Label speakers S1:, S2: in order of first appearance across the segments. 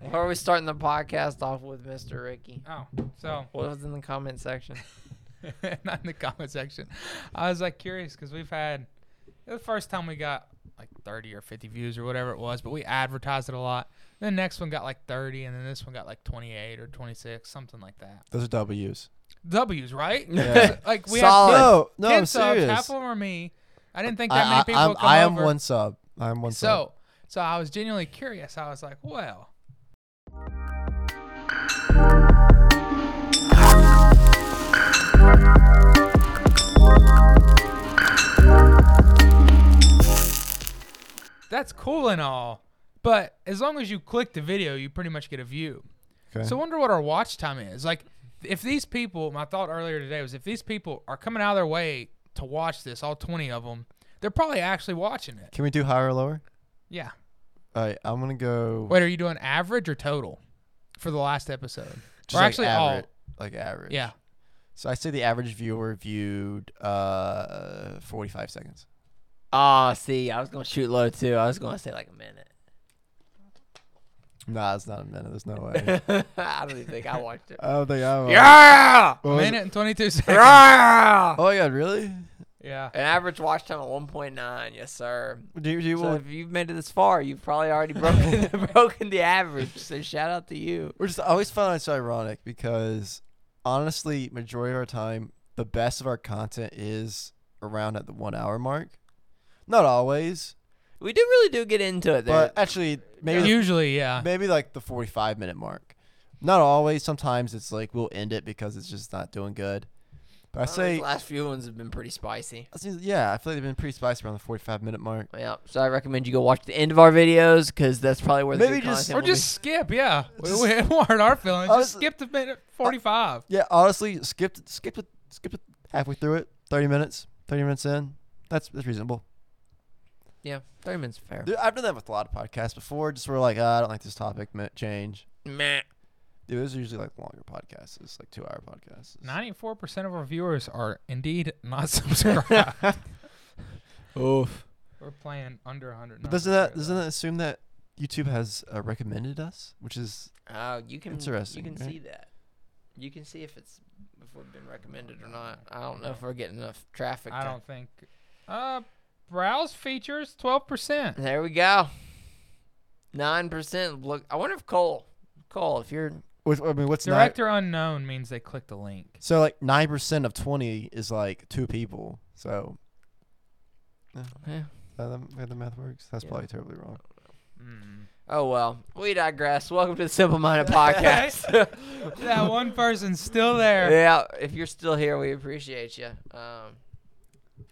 S1: Why are we starting the podcast off with Mr. Ricky?
S2: Oh, so
S1: What was in the comment section?
S2: not in the comment section. I was like curious because we've had the first time we got like 30 or 50 views or whatever it was, but we advertised it a lot. The next one got like 30, and then this one got like 28 or 26, something like that.
S3: Those are W's.
S2: W's, right?
S3: Yeah.
S2: like we
S1: Solid.
S2: had
S3: No, no,
S2: 10
S3: I'm
S2: subs,
S3: serious.
S2: half of them are me. I didn't think that
S3: I,
S2: many people
S3: I,
S2: would
S3: I'm,
S2: come
S3: I am
S2: over.
S3: one sub. I am one sub.
S2: So, so I was genuinely curious. I was like, well. That's cool and all, but as long as you click the video, you pretty much get a view.
S3: Okay.
S2: So I wonder what our watch time is. Like, if these people, my thought earlier today was if these people are coming out of their way to watch this, all 20 of them, they're probably actually watching it.
S3: Can we do higher or lower?
S2: Yeah.
S3: All right, I'm gonna go.
S2: Wait, are you doing average or total for the last episode?
S3: just
S2: or
S3: like
S2: actually all.
S3: average, like average.
S2: Yeah.
S3: So I say the average viewer viewed uh 45 seconds.
S1: Ah, see, I was gonna shoot low too. I was gonna say like a minute.
S3: Nah, it's not a minute. There's no way.
S1: I don't even think I watched it.
S3: I don't think I'm.
S1: Yeah,
S3: What was it?
S2: minute and 22 seconds.
S1: yeah.
S3: Oh my god, really?
S2: Yeah.
S1: An average watch time of 1.9. Yes, sir.
S3: Do you, do you
S1: So
S3: want?
S1: if you've made it this far, you've probably already broken broken the average. So shout out to you.
S3: We're just I always found it's ironic because honestly, majority of our time, the best of our content is around at the one hour mark. Not always,
S1: We do really do get into it Uh, there.
S3: but actually, maybe
S2: Usually, yeah.
S3: maybe like the 45 minute mark. Not always. Sometimes it's like we'll end it because it's just not doing good. But I
S1: I say
S3: say,
S1: these last few ones have been pretty spicy.
S3: I say- yeah, I feel like they've been pretty spicy around the 45 minute mark.
S1: Yeah, so I recommend you go watch the end of our videos because that's probably where the
S3: Maybe
S1: good
S3: just-
S1: content
S2: Or
S1: will be.
S2: just skip, yeah. We-
S3: Just-
S2: we it weren't our feelings. Just
S3: Honestly-
S2: skip to minute 45.
S3: Yeah, honestly, skipped it, skipped it, skipped it halfway through it. 30 minutes, 30 minutes in. That's that's reasonable.
S1: yeah, thirty minutes is fair.
S3: Dude, I've done that with a lot of podcasts before. Just sort of like, ah, I don't like this topic, mi- change.
S1: Meh.
S3: Dude, those are usually like longer podcasts. It's like two hour podcasts.
S2: 94% of our viewers are indeed not subscribed.
S3: Oof.
S2: We're playing under 100.
S3: But doesn't that doesn't that assume that YouTube has uh, recommended us, which is
S1: Oh, you can
S3: Interesting,
S1: You can
S3: right?
S1: see that. You can see if it's if we've been recommended or not. I don't know if we're getting enough traffic.
S2: I
S1: to-
S2: don't think. Uh, browse features, 12%.
S1: There we go. Nine percent. Look, I wonder if Cole, Cole, if you're
S3: which, I mean, what's not,
S2: Director unknown means they clicked the link.
S3: So like nine percent of twenty is like two people. So
S1: Yeah.
S3: that the, way the math works. That's
S1: Yeah.
S3: probably terribly wrong.
S2: Mm.
S1: Oh well, we digress. Welcome to the Simple Minded Podcast.
S2: that one person's still there.
S1: yeah, if you're still here, we appreciate you. Um,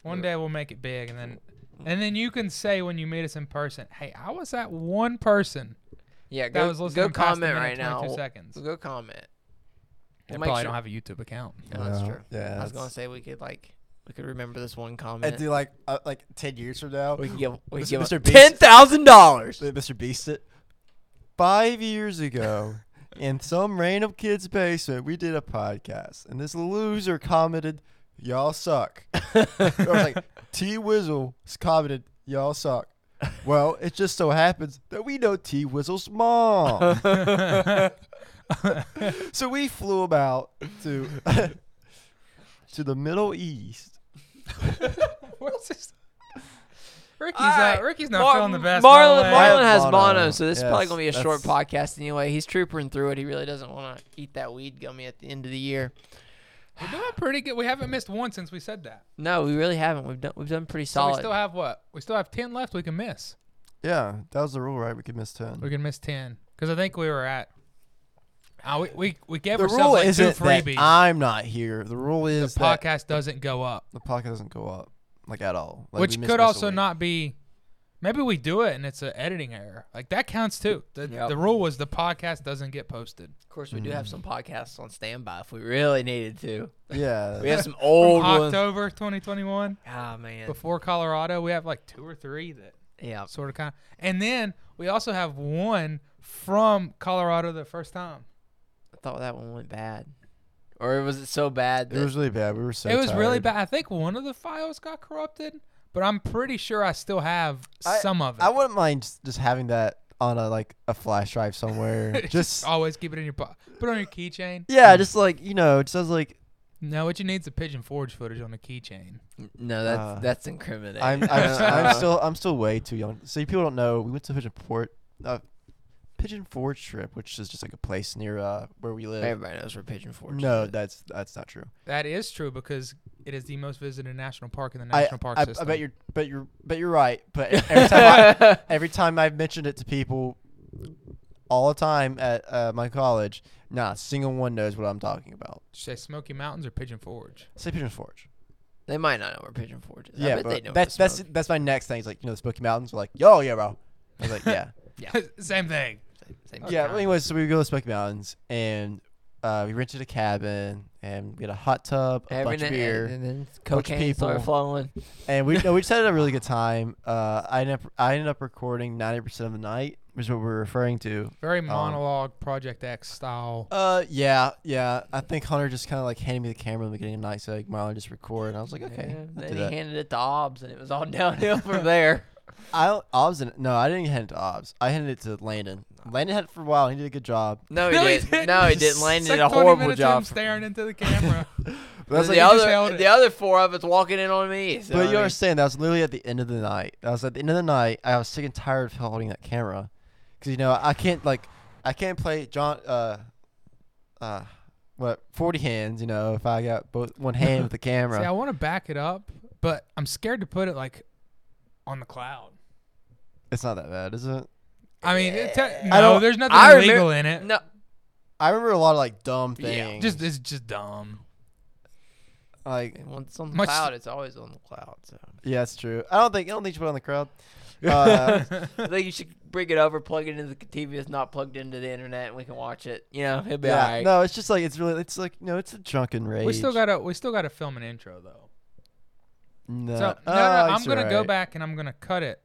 S2: One day we'll make it big, and then
S1: Mm-hmm.
S2: and then you can say when you meet us in person, "Hey, I was that one person
S1: yeah,
S2: that
S1: go,
S2: was
S1: go
S2: listening." past the
S1: comment
S2: minute
S1: right now.
S2: 22 seconds.
S1: Go comment.
S2: They
S1: We'll
S2: probably
S1: make sure.
S2: don't have a YouTube account.
S1: No, that's
S3: Yeah,
S1: true.
S3: yeah,
S1: I was gonna
S3: that's-
S1: say we could like we could remember this one
S3: I
S1: comment.
S3: do like uh, like ten years from now.
S1: we could give we could
S3: Mr.
S1: give
S3: Mr. Beast.
S1: ten thousand dollars.
S3: that Mr. Beast it. Five years ago, in some random kid's basement, we did a podcast, and this loser commented, "Y'all suck." I was like, "T Wizzle commented, y'all suck." Well, it just so happens that we know T Wizzle's mom. So we flew him out to to the Middle East.
S2: Where's this? Ricky's
S1: All right.
S2: not. Ricky's not
S1: Mar-
S2: feeling the best. by the
S1: Marlon,
S2: way.
S1: Marlon
S3: I have
S1: has mono,
S3: mono.
S1: so this is
S3: Yes,
S1: probably gonna be a short
S3: that's-
S1: podcast anyway. He's troopering through it. He really doesn't want to eat that weed gummy at the end of the year.
S2: We're doing pretty good. We haven't missed one since we said that.
S1: No, we really haven't. We've done we've done pretty
S2: So we
S1: solid.
S2: still have what? We still have ten left. We can miss.
S3: Yeah, that was the rule, right? We could miss ten.
S2: We can miss ten because I think we were at. Uh, we, we we gave
S3: The
S2: ourselves
S3: rule
S2: like two
S3: isn't that
S2: freebies.
S3: I'm not here. The rule
S2: the
S3: is that
S2: podcast doesn't go up.
S3: the podcast doesn't go up like at all. Like, we
S2: which
S3: miss
S2: could
S3: most
S2: also
S3: of the week.
S2: not be maybe we do it and it's an editing error like that counts too the,
S1: Yep.
S2: the rule was the podcast doesn't get posted
S1: of course, we do have some podcasts on standby if we really needed to.
S3: Yeah,
S1: We have some
S2: From
S1: old ones.
S2: october 2021
S1: Ah man,
S2: before colorado we have like two or three that
S1: yeah.
S2: sort of kind of and then we also have one from colorado the first time
S1: I thought that one went bad, or was it so bad
S3: it
S1: that
S3: was really bad. We were so
S2: it was really
S3: tired.
S2: bad i think one of the files got corrupted but i'm pretty sure i still have
S3: I-
S2: some of it
S3: I wouldn't mind just- just having that on a like a flash drive somewhere. just
S2: Always keep it in your pocket. Put it on your keychain.
S3: yeah, just like you know, it sounds like
S2: No, what you need is the Pigeon Forge footage on the keychain.
S1: No, that's
S3: Uh,
S1: that's incriminating.
S3: I'm I'm,
S1: Uh,
S3: I'm still I'm still way too young. So you people don't know we went to Pigeon Port, uh, Pigeon Forge trip, which is just like a place near uh where we live.
S1: Everybody knows where Pigeon Forge.
S3: No,
S1: is.
S3: that's that's not true.
S2: That is true because it is the most visited national park in the
S3: I,
S2: national park
S3: I,
S2: system.
S3: I bet you're bet you're bet you're right. But every time I, every time I've mentioned it to people, all the time at uh, my college, not a single one knows what I'm talking about.
S2: Did you say Smoky Mountains or Pigeon Forge?
S3: Say Pigeon Forge.
S1: they might not know where Pigeon Forge is. I
S3: yeah,
S1: bet
S3: but
S1: they know
S3: that's
S1: where
S3: that's that's my next thing. It's like you know the Smoky Mountains. We're like, yo, yeah, bro. I was like, yeah.
S2: Same thing.
S1: same,
S2: Okay.
S1: yeah.
S3: Yeah. Well, anyways, so we go to the Smoky Mountains and uh, we rented a cabin and we had a hot tub, a
S1: Every
S3: bunch of
S1: now-
S3: beer,
S1: and then
S3: bunch of
S1: cocaine started
S3: people.
S1: flowing.
S3: and we no, we just had a really good time. Uh, I ended up, I ended up recording ninety percent of the night, which is what we're referring to.
S2: Very monologue Project X style.
S3: Uh, yeah, yeah. I think Hunter just kind of like handed me the camera in the beginning of the night, so like, Marlon just record, and I was like, okay,
S1: Yeah,
S3: I'll
S1: then he
S3: do that.
S1: handed it to Hobbs, and it was all downhill from there.
S3: I don't- Obbs didn't- no, I didn't hand it to Obbs. I handed it to Landon. Landon had it for a while. and He did a good job.
S1: No, he
S2: No, he
S1: didn't.
S2: didn't.
S1: No, he didn't. Landon
S2: It's
S1: did
S2: like
S1: a
S2: 20
S1: horrible
S2: minutes of him
S1: job.
S2: staring into the camera.
S3: But that's
S1: the
S3: like,
S2: just held
S1: other,
S2: it.
S1: the other four of us walking in on me. So
S3: but
S1: I
S3: you
S1: mean,
S3: understand that was literally at the end of the night. I was at the end of the night. I was sick and tired of holding that camera, because you know I can't like I can't play John uh uh what forty hands. You know if I got both one hand with the camera.
S2: See, I want to back it up, but I'm scared to put it like on the cloud.
S3: it's not that bad, is it?
S2: I mean, it te-
S3: I
S2: no,
S3: don't-
S2: there's nothing
S1: I remem-
S2: illegal in it.
S1: no,
S3: I remember a lot of like dumb
S1: Yeah,
S3: things.
S2: Just it's just dumb.
S3: like
S1: and once it's on the
S2: Much-
S1: cloud, it's always on the cloud. So
S3: Yeah, that's true. I don't think I don't think you put on the crowd. Uh,
S1: I think you should bring it over, plug it into the TV. It's not plugged into the internet, and we can watch it. You know, it'll be
S3: yeah,
S1: all right.
S3: no, it's just like it's really it's like no, it's a drunken rage.
S2: we still gotta we still gotta film an intro though.
S3: no.
S2: So no, no,
S3: Ah,
S2: I'm
S3: it's
S2: gonna go
S3: alright.
S2: back and I'm gonna cut it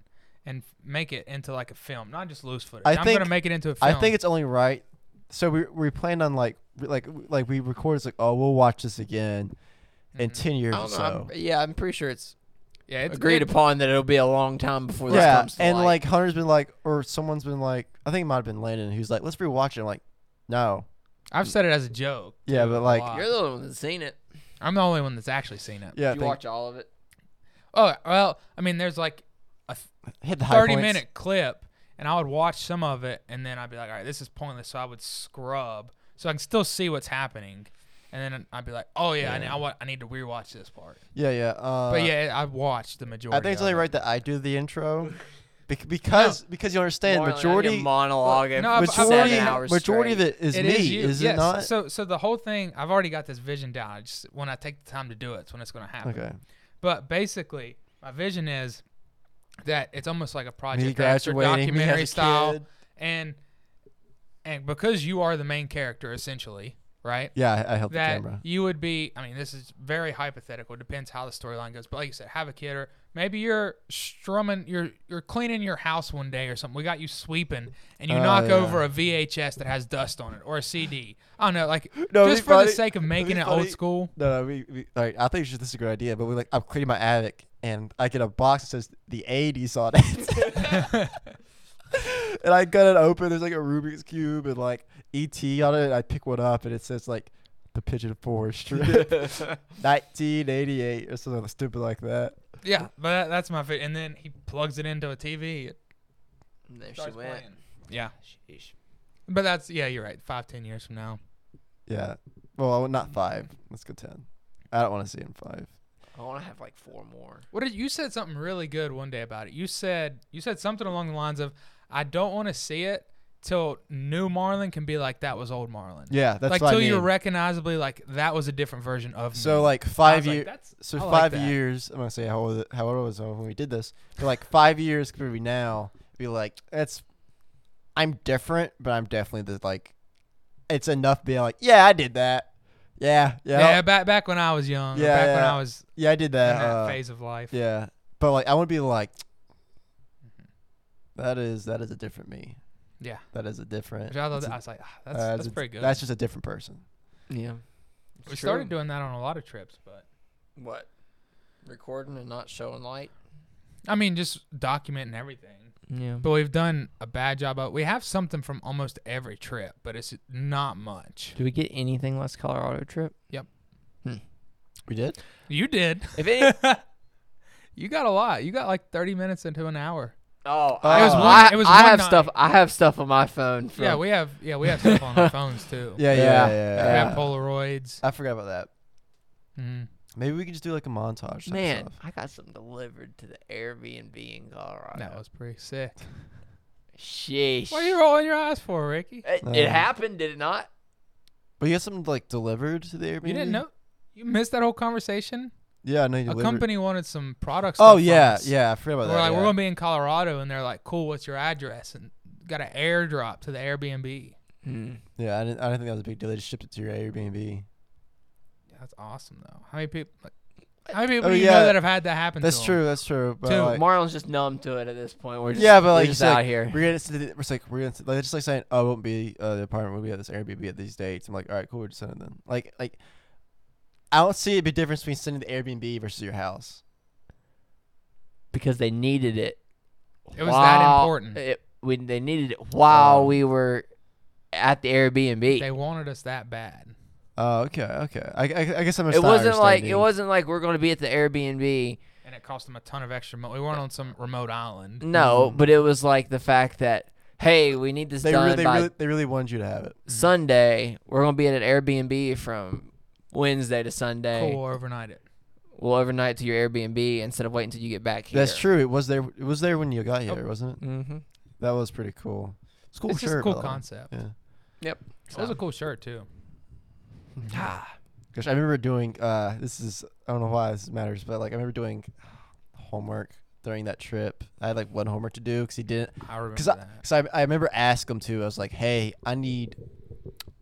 S2: and f- make it into like a film, not just loose footage.
S3: I
S2: am
S3: think-
S2: gonna make it into a film.
S3: I think it's only right. So we we planned on like re- like like we recorded it's like oh we'll watch this again in
S2: Mhm.
S3: ten years
S1: I
S3: or
S1: don't know. I'm-
S3: so.
S1: yeah, I'm pretty sure it's,
S2: yeah, it's
S1: agreed
S2: it-
S1: upon that it'll be a long time before this
S3: Yeah,
S1: comes to
S3: and
S1: light.
S3: like Hunter's been like or someone's been like I think it might have been Landon who's like let's rewatch it. I'm like no.
S2: I've said it as a joke.
S3: Yeah,
S2: too, a
S3: but, like-
S2: lot.
S1: you're the only one that's seen it.
S2: I'm the only one that's actually seen it.
S3: Yeah,
S1: you
S3: I think-
S1: watch all of it.
S2: Oh well, I mean, there's like
S3: hit the high
S2: 30
S3: points.
S2: minute clip and I would watch some of it and then I'd be like, all right, this is pointless. So I would scrub so I can still see what's happening. And then I'd be like, oh yeah, I, need, I, wa- I need to rewatch this part.
S3: Yeah, yeah. Uh,
S2: But yeah, I watched the majority.
S3: I think it's
S2: of
S3: only
S2: it.
S3: right that I do the intro. bec- Because because you understand
S1: Marlon, I get
S3: majority
S1: monologue
S2: Well,
S1: and
S2: no, I've- I've-
S1: seven
S3: majority
S2: Seven
S1: hours
S3: majority
S1: straight.
S3: of it is
S2: It
S3: me,
S2: is you.
S3: is
S2: yes.
S3: it not?
S2: So so the whole thing, I've already got this vision down. I just when I take the time to do it, it's when it's going to happen.
S3: okay.
S2: But basically, my vision is that it's almost like a
S3: Me
S2: project X or
S3: graduating, me having
S2: documentary
S3: a
S2: style,
S3: kid.
S2: and and because you are the main character essentially, right?
S3: Yeah, I, I held the
S2: that
S3: camera.
S2: you would be i mean this is very hypothetical it depends how the storyline goes but like you said have a kid or maybe you're strumming you're you're cleaning your house one day or something we got you sweeping and you
S3: Oh,
S2: knock
S3: yeah.
S2: over a vhs that has dust on it or a cd i don't know like
S3: No, it'd
S2: just
S3: be
S2: for
S3: funny-
S2: the sake of
S3: it'd be
S2: making it
S3: funny-
S2: old school
S3: No, no, we, we like I think this is a good idea, but we like I'm cleaning my attic and I get a box that says the 80s on it. and I cut it open. There's like a Rubik's cube and like ET on it. I pick one up and it says like the Pigeon Forge trip, 1988 or something stupid like that.
S2: yeah but that, that's my fit and then he plugs it into a tv it
S1: And there she
S2: starts
S1: went.
S2: playing yeah
S1: Sheesh.
S2: but that's yeah you're right five ten years from now
S3: Yeah. Well, not five. Let's go ten. I don't want to see it in five.
S1: I want to have like four more.
S2: What did you said something really good one day about it? You said you said something along the lines of, "I don't want to see it till new Marlin can be like that was old Marlin."
S3: Yeah, that's
S2: like
S3: what I
S2: till you're
S3: mean.
S2: recognizably like that was a different version of me.
S3: So like
S2: I
S3: five
S2: was like,
S3: years.
S2: that's-
S3: So
S2: I like
S3: five
S2: that.
S3: years. I'm gonna say how old how old I was when we did this. But like five years could be now. Be like that's. I'm different, but I'm definitely the like. It's enough being like, yeah, I did that. Yeah, yeah,
S2: Yeah, back back when I was young. Yeah,
S3: Yeah,
S2: back when
S3: yeah.
S2: I was
S3: yeah, I did
S2: in
S3: that.
S2: that
S3: uh,
S2: phase of life.
S3: Yeah, but like I want to be like. That is that is a different me.
S2: Mm-hmm. Yeah.
S3: That is a different.
S2: Which I, thought
S3: that's
S2: that-
S3: a-
S2: I was like, "Ah, that's
S3: uh,
S2: that's
S3: a-
S2: pretty good.
S3: That's just a different person.
S1: Yeah.
S2: we started doing that on a lot of trips, but
S1: what? Recording and not showing light.
S2: I mean, just documenting everything.
S1: Yeah.
S2: But we've done a bad job of. We have something from almost every trip, but it's not much.
S1: Do we get anything last Colorado trip?
S3: We did.
S2: You did.
S1: If any,
S2: You got a lot. You got like 30 minutes into an hour.
S1: oh,
S3: I- It was one-
S1: I,
S2: it was
S1: I
S2: one
S1: have
S2: night.
S1: stuff. I have stuff on my phone. From,
S2: yeah, we have. Yeah, we have stuff on our phones too.
S3: Yeah, yeah,
S1: Yeah.
S3: yeah. yeah,
S2: We
S3: yeah.
S2: have Polaroids.
S3: I forgot about that.
S2: Mhm.
S3: Maybe we could just do like a montage. type
S1: man,
S3: stuff.
S1: I got something delivered to the Airbnb in Colorado.
S2: That was pretty sick.
S1: sheesh.
S2: What are you rolling your eyes for, Ricky?
S1: It,
S3: No.
S1: it happened, did it not?
S3: But you got something like delivered to the Airbnb.
S2: You didn't know? You missed that whole conversation.
S3: Yeah, I know you
S2: A
S3: delivered.
S2: company wanted some products.
S3: Oh yeah, yeah. I forgot
S2: We're
S3: about that.
S2: like,
S3: yeah.
S2: we're gonna be in Colorado, and they're like, cool. What's your address? And got an airdrop to the Airbnb.
S1: Hmm.
S3: Yeah, I didn't. I didn't think that was a big deal. They just shipped it to your Airbnb.
S2: That's awesome, though. How many people? how many people
S3: Oh,
S2: do you
S3: yeah.
S2: know that have had that happen?
S3: That's
S2: to 'em?
S3: true. That's true. But
S2: Two.
S3: like,
S1: Marlon's just numb to it at this point. We're just,
S3: yeah, but
S1: we're
S3: like you
S1: just
S3: said,
S1: out here.
S3: We're gonna. It's, it's like we're gonna. Like, they're just like saying, "Oh, it won't be uh, the apartment. We'll be at this Airbnb at these dates." I'm like, "All right, cool. We're just sending them." Like, like I don't see a big difference between sending the Airbnb versus your house.
S1: because they needed it.
S2: It was that
S1: while-
S2: important.
S1: It, we, they needed it while
S3: Oh.
S1: we were at the Airbnb.
S2: They wanted us that bad.
S3: Oh, okay, okay. I, I, I guess I'm. just
S1: it
S3: not
S1: wasn't like it
S3: understanding.
S1: wasn't like we're going to be at the Airbnb.
S2: and it cost them a ton of extra money. We weren't on some remote island.
S1: No,
S3: Mm.
S1: but it was like the fact that hey, we need this
S3: They
S1: done
S3: really, they
S1: by
S3: really, they really wanted you to have it.
S1: Sunday. We're going to be at an Airbnb from Wednesday to Sunday.
S2: Cool, overnight it.
S1: We'll overnight to your Airbnb instead of waiting until you get back here.
S3: That's true. It was there. It was there when you got here, wasn't it?
S1: Mm-hmm.
S3: That was pretty cool. It's a
S2: Oh.
S3: cool
S2: it's just a
S3: shirt,
S2: cool
S3: by the way.
S2: concept.
S3: Yeah.
S1: Yep.
S2: It was a cool shirt too.
S3: Mm-hmm.
S2: Ah,
S3: Gosh, I remember doing uh this is I don't know why this matters, but like I remember doing homework during that trip. I had like one homework to do because he didn't.
S2: I remember
S3: Because I,
S2: that.
S3: cause I, I remember asking him to. I was like, hey, I need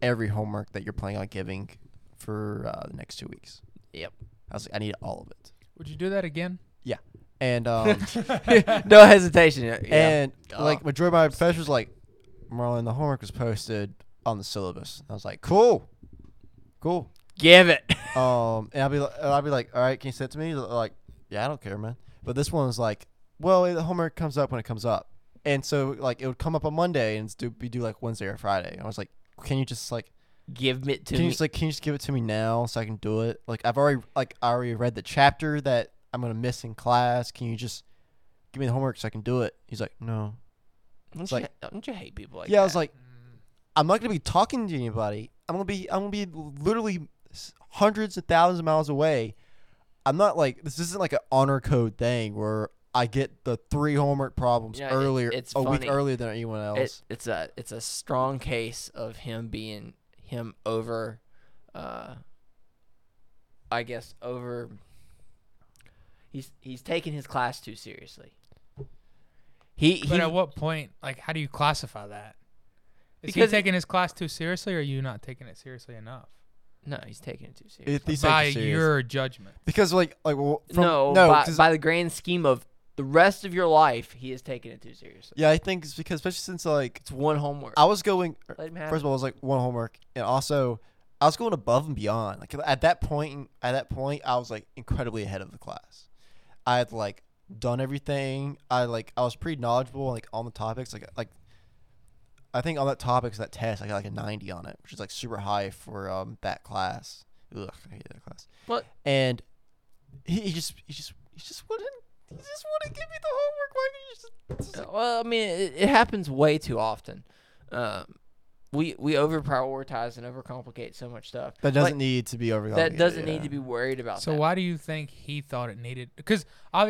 S3: every homework that you're planning on giving for uh, the next two weeks.
S1: Yep.
S3: I was like, I need all of it.
S2: Would you do that again?
S3: And um
S1: no hesitation. Yeah.
S3: and
S1: Duh.
S3: like majority of my professors like, Marlon, the homework was posted on the syllabus. I was like, cool, cool.
S1: Give it.
S3: Um, and I'll be, li- and I'll be like, all right, can you send it to me? They're Like, yeah, I don't care, man. But this one was like, well, the homework comes up when it comes up, and so like it would come up on Monday and it's due, be due like Wednesday or Friday. I was like, can you just like,
S1: Give it to
S3: can you
S1: me.
S3: just like, can you just give it to me now so I can do it? Like I've already like I already read the chapter that I'm gonna miss in class. Can you just give me the homework so I can do it? He's like, no.
S1: don't, you,
S3: like-
S1: ha- don't you hate people like
S3: yeah,
S1: that?
S3: I was like, I'm not gonna be talking to anybody. I'm gonna be I'm gonna be literally s- hundreds of thousands of miles away. I'm not like this isn't like an honor code thing where I get the three homework problems
S1: Yeah, it-
S3: earlier
S1: it's
S3: a
S1: funny.
S3: week earlier than anyone else.
S1: it, it's a it's a strong case of him being him over uh I guess over he's he's taking his class too seriously. He he
S2: But at what point, like, how do you classify that? Is
S1: Because-
S2: he taking his class too seriously, or are you not taking it seriously enough?
S1: no, he's taking it too seriously.
S3: If these
S2: By
S3: things are serious.
S2: your judgment,
S3: because like like well, from,
S1: no,
S3: no
S1: by,
S3: 'cause-
S1: by the grand scheme of the rest of your life, he is taking it too seriously.
S3: yeah I think it's because especially since like
S1: It's one homework.
S3: I was going
S1: Let him have
S3: first of all, it was like one homework, and also I was going above and beyond. Like at that point, at that point, I was like incredibly ahead of the class. I had like done everything. I like I was pretty knowledgeable like on the topics. Like like I think on that topics that test, I got like a ninety on it, which is like super high for um that class. Ugh, I hate that class.
S1: What?
S3: And he, he just he just he just wouldn't. He just wouldn't give me the homework. Why did you just?
S1: Uh, Well, I mean, it, it happens way too often. Um, we we over prioritize and overcomplicate so much stuff
S3: That
S1: Like,
S3: doesn't need to be over.
S1: that doesn't need to be worried about.
S2: so
S1: that.
S2: why do you think he thought it needed? Because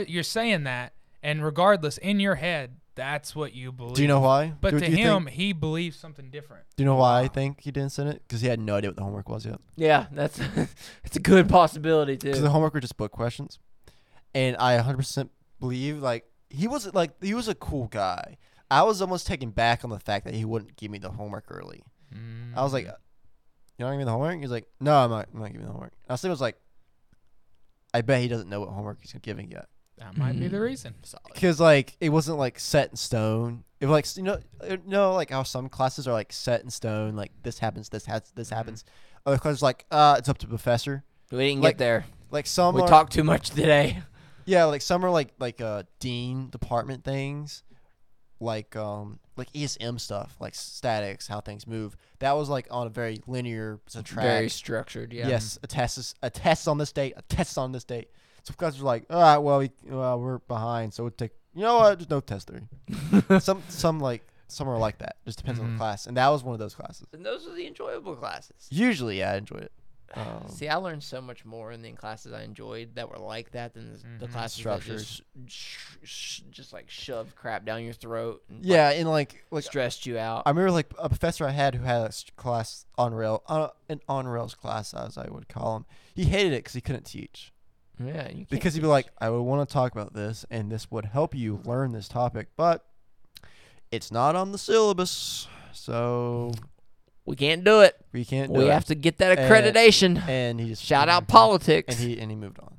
S2: you're saying that, and regardless, in your head, that's what you believe.
S3: Do you know why?
S2: But
S3: Do-
S2: to
S3: do you think-
S2: him, he believes something different.
S3: Do you know why I
S2: Wow.
S3: think he didn't send it? Because he had no idea what the homework was yet.
S1: Yeah, that's it's a good possibility
S3: Because the
S1: too.
S3: homework were just book questions, and I 100% believe like he was like he was a cool guy. I was almost taken back on the fact that he wouldn't give me the homework early. I was like,
S2: Mm.
S3: "You don't give me the homework?" He's like, "No, I'm not. I'm not giving the homework." And I still was like, "I bet he doesn't know what homework he's giving yet."
S2: that might be the
S1: Mm.
S2: reason.
S1: Solid.
S3: Because like it wasn't like set in stone. It was like s- you know uh, you know like how some classes are like set in stone. Like this happens, this has this happens. Other classes like uh, it's up to professor.
S1: We didn't
S3: like,
S1: get there.
S3: Like some
S1: We
S3: are,
S1: talked too much today.
S3: yeah, like some are like like uh dean department things, like um like ESM stuff, like statics, how things move. That was like on a very linear it's a track.
S1: Very structured. Yeah.
S3: Yes, a test is a test on this date, a test on this date. So guys were like, all right, well, we, well we're behind, so we'll take. You know what? Just no test three. some some like some are like that. Just depends on
S1: Mm-hmm.
S2: Mhm.
S3: the class, and that was one of those classes.
S1: And those are the enjoyable classes.
S3: Usually, yeah, I enjoyed it. Um,
S1: See, I learned so much more in the classes I enjoyed that were like that than the, the
S2: Mhm.
S1: classes
S3: Structured.
S1: that just, sh- sh- just like shoved crap down your throat and like,
S3: yeah, and like like
S1: stressed you out.
S3: I remember like a professor I had who had a s- class on rail, uh, an on rails class as I would call him. He hated it because he couldn't teach.
S1: yeah, you can't
S3: because he'd be
S1: teach.
S3: like, I would want to talk about this, and this would help you learn this topic, but it's not on the syllabus, so
S1: we can't do it.
S3: we can't do
S1: we
S3: it.
S1: have to get that
S3: And-
S1: accreditation.
S3: and he just
S1: Shout out
S2: Mhm.
S1: politics.
S3: and he and he moved on,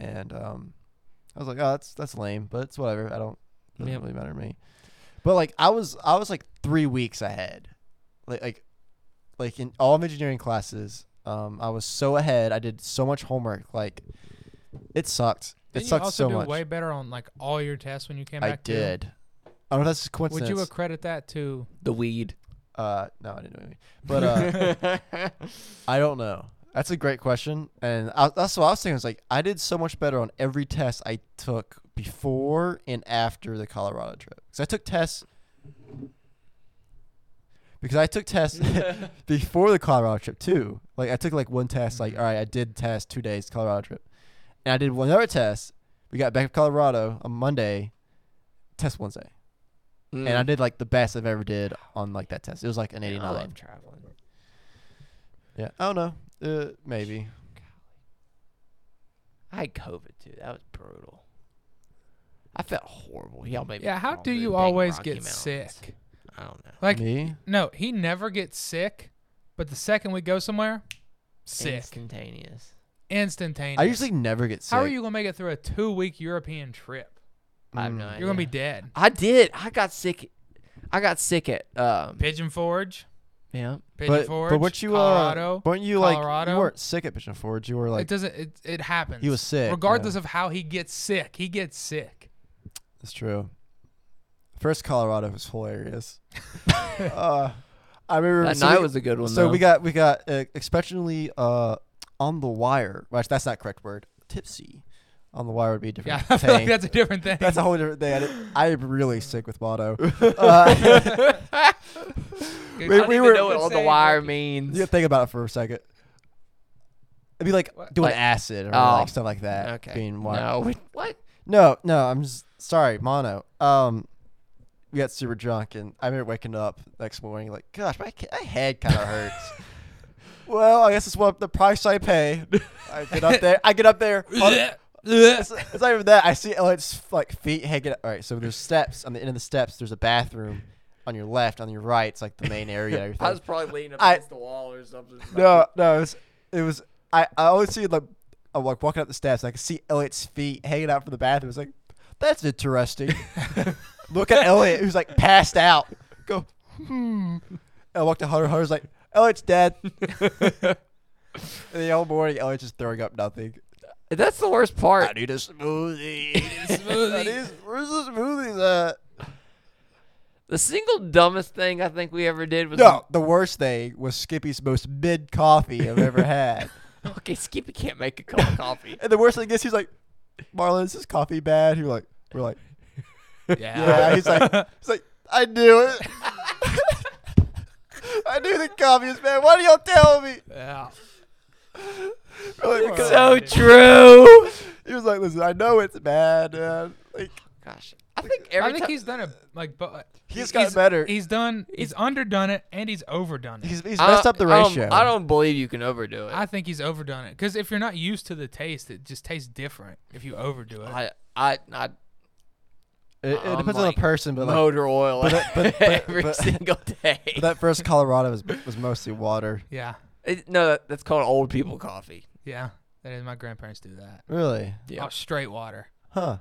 S3: and um, I was like, oh, that's that's lame, but it's whatever. I don't doesn't
S1: Yep.
S3: really matter to me. But like, I was I was like three weeks ahead, like like like in all of engineering classes, um, I was so ahead. I did so much homework, like it sucked.
S2: Didn't
S3: it
S2: you
S3: sucked
S2: also
S3: so
S2: do
S3: much.
S2: way better on like all your tests when you came
S3: I
S2: back? too?
S3: did. I don't know if that's a
S2: Would
S3: coincidence.
S2: you accredit that to?
S1: the weed.
S3: uh, no, I didn't know anything. But uh,
S2: Mm.
S3: I don't know. That's a great question, and I, that's what I was thinking. Was like, I did so much better on every test I took before and after the Colorado trip because I took tests. Because I took tests before the Colorado trip too. Like I took like one test. Like all right, I did test two days Colorado trip, and I did one other test. We got back to Colorado on Monday. Test Wednesday. and I did like the best I've ever did on like that test. It was like an
S1: Mm. I love
S3: 89.
S1: traveling.
S3: Yeah, I don't know. Uh, maybe.
S1: I had COVID too. That was brutal. I felt horrible. Y'all made me
S2: Yeah. How
S1: crawl
S2: do
S1: through
S2: you
S1: dang
S2: always
S1: Rocky
S2: get
S1: Mountains.
S2: sick?
S1: I don't know.
S2: Like
S3: me.
S2: no, he never gets sick, but the second we go somewhere, sick,
S1: Instantaneous.
S2: instantaneous.
S3: I usually never get sick.
S2: How are you gonna make it through a two-week European trip?
S1: I have no
S3: Mm.
S1: idea.
S2: You're gonna be dead.
S1: I did. I got sick. I got sick at um.
S2: Pigeon Forge.
S1: Yeah.
S2: Pigeon
S3: But
S2: Forge.
S3: but weren't you
S2: Colorado?
S3: uh? Weren't you like you
S2: Colorado.
S3: weren't sick at Pigeon Forge? You were
S2: it
S3: like
S2: doesn't. It, it happens.
S3: he was sick.
S2: Regardless
S3: yeah.
S2: of how he gets sick, he gets sick.
S3: That's true. First Colorado was hilarious. uh, I remember
S1: That
S3: so
S1: night
S3: we,
S1: was a good one. though.
S3: So we got we got uh, especially uh on the wire. Well, that's not the correct word. Tipsy. On the wire would be a different.
S2: Yeah, I feel like
S3: thing.
S2: that's a different thing.
S3: That's a whole different thing. I did- I'm really sick with Mono. Uh,
S2: Good-
S3: we-
S1: I don't
S3: we
S1: even
S3: were-
S1: know what on the
S2: Insane
S1: wire
S2: monkey.
S1: means.
S3: you think about it for a second. It'd be like
S2: What?
S3: doing
S1: Like-
S3: acid or
S1: Oh.
S3: like stuff like that.
S1: Okay.
S3: Being wired.
S1: no. we- What?
S3: No, no, I'm just sorry, mono. Um, we got super drunk, and I remember waking up next morning like, gosh, my, ca- my head kind of hurts. well, I guess it's what the price I pay. I get up there. I get up there. on- it's, it's not even that. I see Elliot's like feet hanging. All right, so there's steps on the end of the steps. There's a bathroom on your left. On your right, it's like the main area. And everything.
S1: I was probably leaning up
S3: I-
S1: against the wall or something.
S3: No, no, it was. It was. I, I always see like I'm like walking up the steps. And I could see Elliot's feet hanging out from the bathroom. It's like that's interesting. Look at Elliot, who's like passed out. Go. Hmm. And I walked to Hunter. Hunter's like, Elliot's dead. and the whole morning, Elliot's just throwing up nothing.
S1: That's the worst part.
S3: need a smoothie. I
S2: Smoothie.
S3: need- where's the smoothies at?
S1: The single dumbest thing I think we ever did was
S3: No, the worst thing was Skippy's most mid coffee I've ever had.
S1: Okay, Skippy can't make a cup of coffee.
S3: And the worst thing is, he's like, Marlon, is this coffee bad? You're like, we're like, yeah.
S2: Yeah.
S3: He's like, he's like, I knew it. I knew the coffee was bad. Why do y'all tell me?
S2: Yeah.
S3: We're like, "Because-"
S1: so true.
S3: he was like, listen, I know it's bad, man. Like,
S1: Gosh, I think every
S2: I think
S1: time
S2: he's done it like, but
S3: He's gotten better.
S2: He's done. He's underdone it, and he's overdone it.
S3: he's, he's
S1: I don't-
S3: messed up the
S1: I don't-
S3: ratio.
S1: Uh, um, I don't, believe you can overdo it.
S2: I think he's overdone it because if you're not used to the taste, it just tastes different if you overdo it.
S1: I, I, I
S3: It, it
S1: I'm
S3: depends on
S1: like,
S3: the person, but like,
S1: motor oil
S3: but that- but- but-
S1: every
S3: but-
S1: single day.
S3: that first Colorado was, was mostly water.
S2: yeah,
S1: It- no, that- that's called old people coffee.
S2: yeah. That is my grandparents do that.
S3: Really?
S1: Yeah.
S2: Oh, straight water.
S3: Huh.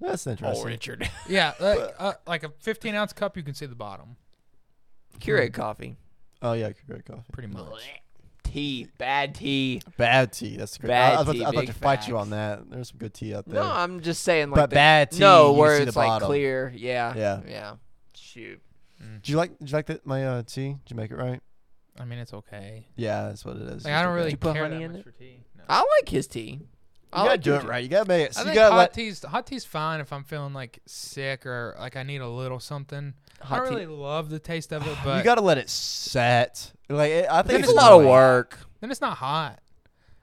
S3: That's
S1: Old
S3: interesting.
S1: Richard.
S2: Yeah, like, uh, like a 15 ounce cup, you can see the bottom
S1: Keurig coffee.
S3: Oh, yeah, great coffee.
S2: pretty much.
S1: Tea, bad tea.
S3: Bad tea. That's great.
S1: Bad
S3: I, I was about
S1: tea,
S3: to, I was about
S1: big
S3: to fight you
S1: facts.
S3: on that. There's some good tea out there.
S1: No, I'm just saying like
S3: but
S1: the,
S3: bad tea.
S1: no,
S3: you
S1: where
S3: see
S1: it's
S3: the
S1: like
S3: bottom.
S1: clear. Yeah,
S3: Yeah.
S1: yeah. YouTube.
S3: Do you like? Do you like that? My uh, tea. Did you make it right?
S2: I mean, it's okay.
S3: Yeah, that's what it is.
S2: Like I don't really
S1: You put
S2: care
S1: honey
S2: that
S1: in
S2: much
S1: it?
S2: for tea. No.
S1: I like his tea.
S3: You
S1: I
S3: gotta
S1: like
S3: do
S1: your
S3: it
S1: tea.
S3: right. You gotta make it.
S2: I
S3: So you
S2: think
S3: gotta
S2: hot
S3: let.
S2: tea's hot tea's fine if I'm feeling like sick or like I need a little something. I
S1: Hot
S2: don't
S1: tea.
S2: really love the taste of it, but
S3: You gotta let it set. Like it, I think
S1: It's a lot of
S3: annoying.
S1: work.
S2: then it's not hot.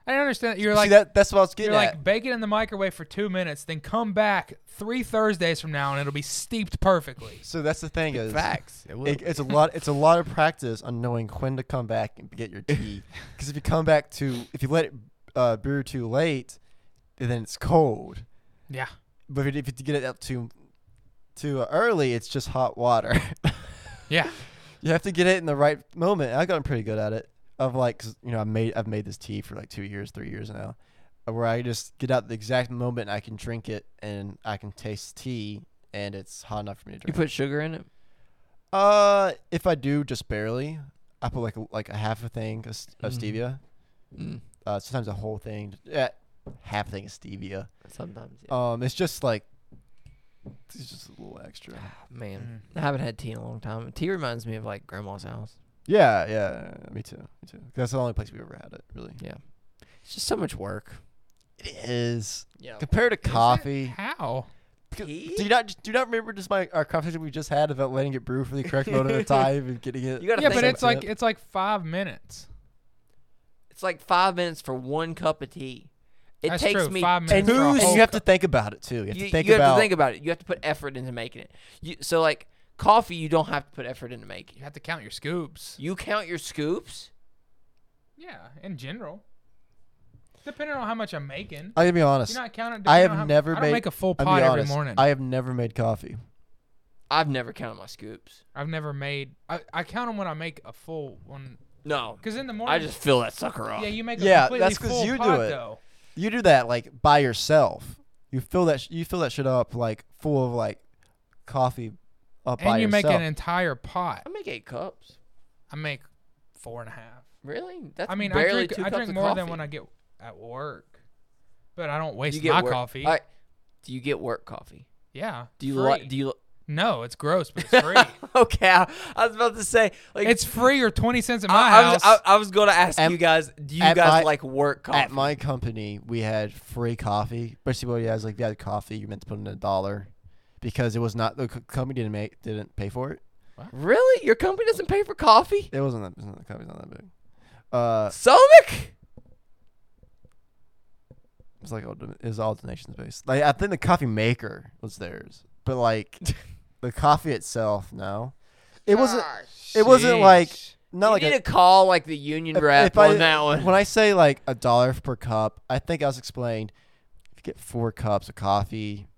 S2: I don't understand. You're
S3: See
S2: like
S3: that? That's what I was
S2: you're
S3: getting at.
S2: like bake it in the microwave for two minutes, then come back three Thursdays from now and it'll be steeped perfectly.
S3: so that's the thing is.
S1: Facts. It will.
S3: It, it's a lot. It's a lot of practice on knowing when to come back and get your tea. Because if you come back to, if you let it uh, brew too late, then it's cold.
S2: Yeah.
S3: But if you get it up too too early, it's just hot water.
S2: Yeah.
S3: you have to get it in the right moment. I've gotten pretty good at it. Of like, 'cause, you know, I made I've made this tea for like two years, three years now, uh, where I just get out the exact moment I can drink it and I can taste tea and it's hot enough for me to
S1: You
S3: drink.
S1: put sugar in it.
S3: Uh, if I do, just barely. I put like a, like a half a thing of, s- of
S2: Mhm.
S1: Mm-hmm.
S3: stevia.
S1: Mm,
S3: Uh, sometimes a whole thing. Yeah, half a thing of stevia.
S1: sometimes. Yeah.
S3: Um, it's just like it's just a little extra.
S1: Man,
S3: Mm.
S1: I haven't had tea in a long time. Tea reminds me of like grandma's house.
S3: Yeah, yeah. Me too. Me too. 'Cause That's the only place we ever had it. Really,
S1: It's just so much work.
S3: it is
S1: Yeah.
S3: compared to
S2: Is it?
S3: coffee.
S2: How?
S3: c-
S1: Tea?
S3: Do you not do you not remember just my our conversation we just had about letting it brew for the correct amount of time and getting it?
S1: You gotta
S2: Yeah,
S1: think
S2: but
S1: about
S2: it's like it's like five minutes.
S1: It's like five minutes for one cup of tea. It
S2: That's
S1: takes
S2: true,
S1: me
S2: five
S1: ten
S2: minutes for a
S1: minutes.
S3: and
S2: whole
S3: you have to think about it too. You have
S1: you,
S3: to think
S1: you
S3: about
S1: have to think about it. You have to put effort into making it. You, so like coffee, you don't have to put effort into making.
S2: You have to count your scoops.
S1: You count your scoops.
S2: Yeah, in general. Depending on how much I'm making.
S3: I gotta be honest.
S2: You're not counting.
S3: I
S2: depending on
S3: have
S2: how-
S3: never
S2: I
S3: made-
S2: don't make a full
S3: I'm
S2: pot
S3: be
S2: every
S3: honest,
S2: morning.
S3: I have never made coffee.
S1: I've never counted my scoops.
S2: I've never made. I, I count them when I make a full one.
S1: No,
S2: Cause in the morning,
S1: I just fill that sucker up.
S2: yeah, you make a
S3: Yeah,
S2: completely
S3: that's 'cause
S2: full
S3: you do
S2: pot,
S3: it.
S2: Though.
S3: You do that like by yourself. You fill that sh- you fill that shit up like full of like coffee up by
S2: and you
S3: yourself.
S2: make an entire pot.
S1: I make eight cups.
S2: I make four and a half.
S1: Really? That's
S2: I mean, I
S1: barely
S2: drink.
S1: two
S2: I
S1: cups
S2: drink
S1: of
S2: more
S1: coffee.
S2: than when I get at work, but I don't waste
S1: you get
S2: my
S1: work,
S2: coffee.
S1: all right. do you get work coffee?
S2: yeah.
S1: Do you
S2: free.
S1: like? Do you? li-
S2: No, it's gross, but it's free.
S1: Okay, I, I was about to say like
S2: it's free or twenty cents at my
S1: I, I
S2: house.
S1: was, I, I was going to ask
S3: At-
S1: you guys. Do you
S3: at
S1: guys
S3: my-
S1: like work coffee?
S3: At my company, we had free coffee. Basically, what you guys like, if you had coffee, you're meant to put in a dollar because it was not the co- company didn't make didn't pay for it.
S1: really? Your company doesn't pay for coffee?
S3: It wasn't that it wasn't- the company's not that big. Uh,
S1: Stomach?
S3: it's like all don- it was all donations based. Like I think the coffee maker was theirs, but like the coffee itself, no, it wasn't. It wasn't like
S2: Sheesh.
S3: not
S1: you
S3: like
S1: need
S3: a,
S1: to call like the union rep on that one.
S3: When I say like a dollar per cup, I think I was explained. If you get four cups of coffee,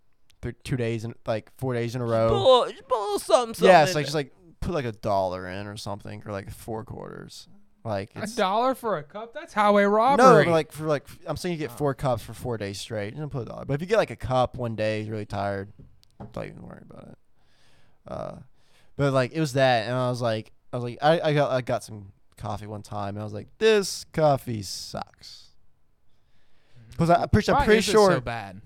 S3: th- two days in like four days in a
S1: Just put a
S3: row.
S1: little- just put a little something, something.
S3: Yeah, it's
S1: in
S3: like
S1: there.
S3: just like put like a dollar in or something, or like four quarters. Like
S2: a
S3: it's,
S2: dollar for a cup. That's highway
S3: no,
S2: robbery.
S3: but like for like I'm saying
S2: Oh.
S3: you get four cups for four days straight. You don't put a dollar, but if you get like a cup one day, you're really tired, don't even worry about it. Uh, but like it was that, and I was like, I was like, I, I got I got some coffee one time, and I was like, this coffee sucks. Because I'm pretty,
S2: Mm-hmm. Why
S3: I'm pretty
S2: is it
S3: sure
S2: so bad.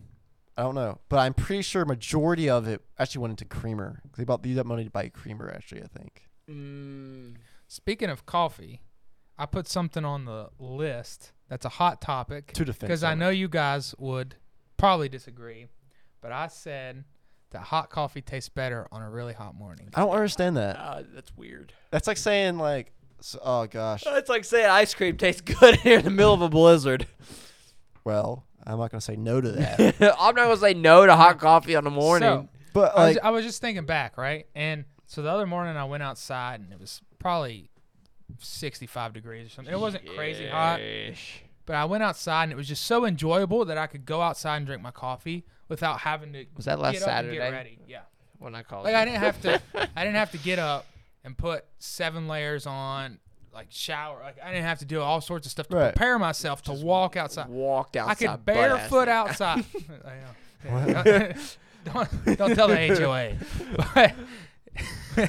S3: I don't know, but I'm pretty sure majority of it actually went into creamer. 'Cause They bought they used that money to buy creamer actually, I think.
S1: Mm,
S2: Speaking of coffee, I put something on the list that's a hot topic
S3: To defend
S2: because I
S3: someone.
S2: know you guys would probably disagree, but I said that hot coffee tastes better on a really hot morning.
S3: I don't understand that.
S2: Ah,
S1: uh, that's weird.
S3: That's like saying like, s oh gosh,
S1: It's like saying ice cream tastes good here in the middle of a blizzard.
S3: well I'm not gonna say no to that.
S1: I'm not gonna say no to hot coffee on the morning.
S2: So,
S3: but
S2: I, was,
S3: like,
S2: I was just thinking back, right? And so the other morning I went outside and it was probably 65 degrees or something. It wasn't crazy hot,
S1: Yeesh.
S2: but I went outside and it was just so enjoyable that I could go outside and drink my coffee without having to
S1: Was that last
S2: get up and
S1: Saturday?
S2: get ready. Yeah.
S1: When I called,
S2: Like
S1: you.
S2: I didn't have to I didn't have to get up and put seven layers on, like shower. Like I didn't have to do all sorts of stuff to
S3: Right.
S2: prepare myself to walk outside.
S1: walked
S2: I
S1: outside.
S2: could
S1: butt-ass
S2: barefoot
S1: naked.
S2: outside. I know. Yeah. don't don't tell the HOA. But you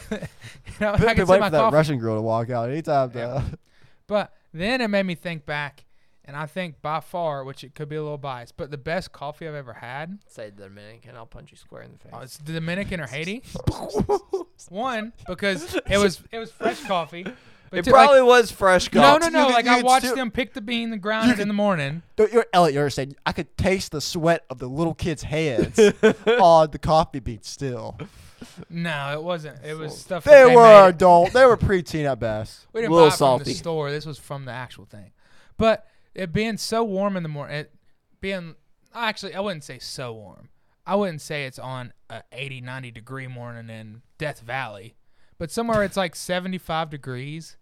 S2: know, I
S3: been
S2: could sit
S3: waiting for
S2: my
S3: that
S2: coffee.
S3: Russian girl to walk out anytime
S2: Yeah.
S3: now.
S2: But then it made me think back And I think by far, which it could be a little biased, but the best coffee I've ever had
S1: Say Dominican, I'll punch you square in the face.
S2: oh, it's the Dominican or Haiti. One because it was it was fresh coffee. But
S1: it
S2: two, like-
S1: probably was fresh
S2: no
S1: coffee.
S2: no
S3: You
S2: no.
S3: could-
S2: Like
S3: you
S2: I
S3: could
S2: watched
S3: still-
S2: them pick the bean and grind it in
S3: could-
S2: the morning.
S3: No, you're Elliot. You're saying I could taste the sweat of the little kid's hands on the coffee beans. Still,
S2: No, it wasn't. It was stuff.
S3: they
S2: that they
S3: were
S2: made.
S3: adult. They were preteen at best.
S2: We didn't
S1: Little
S2: buy it from
S1: salty.
S2: the store. This was from the actual thing. But it being so warm in the morning, it being actually, I wouldn't say so warm. I wouldn't say it's on a 80, 90 degree morning in Death Valley, but somewhere it's like 75 degrees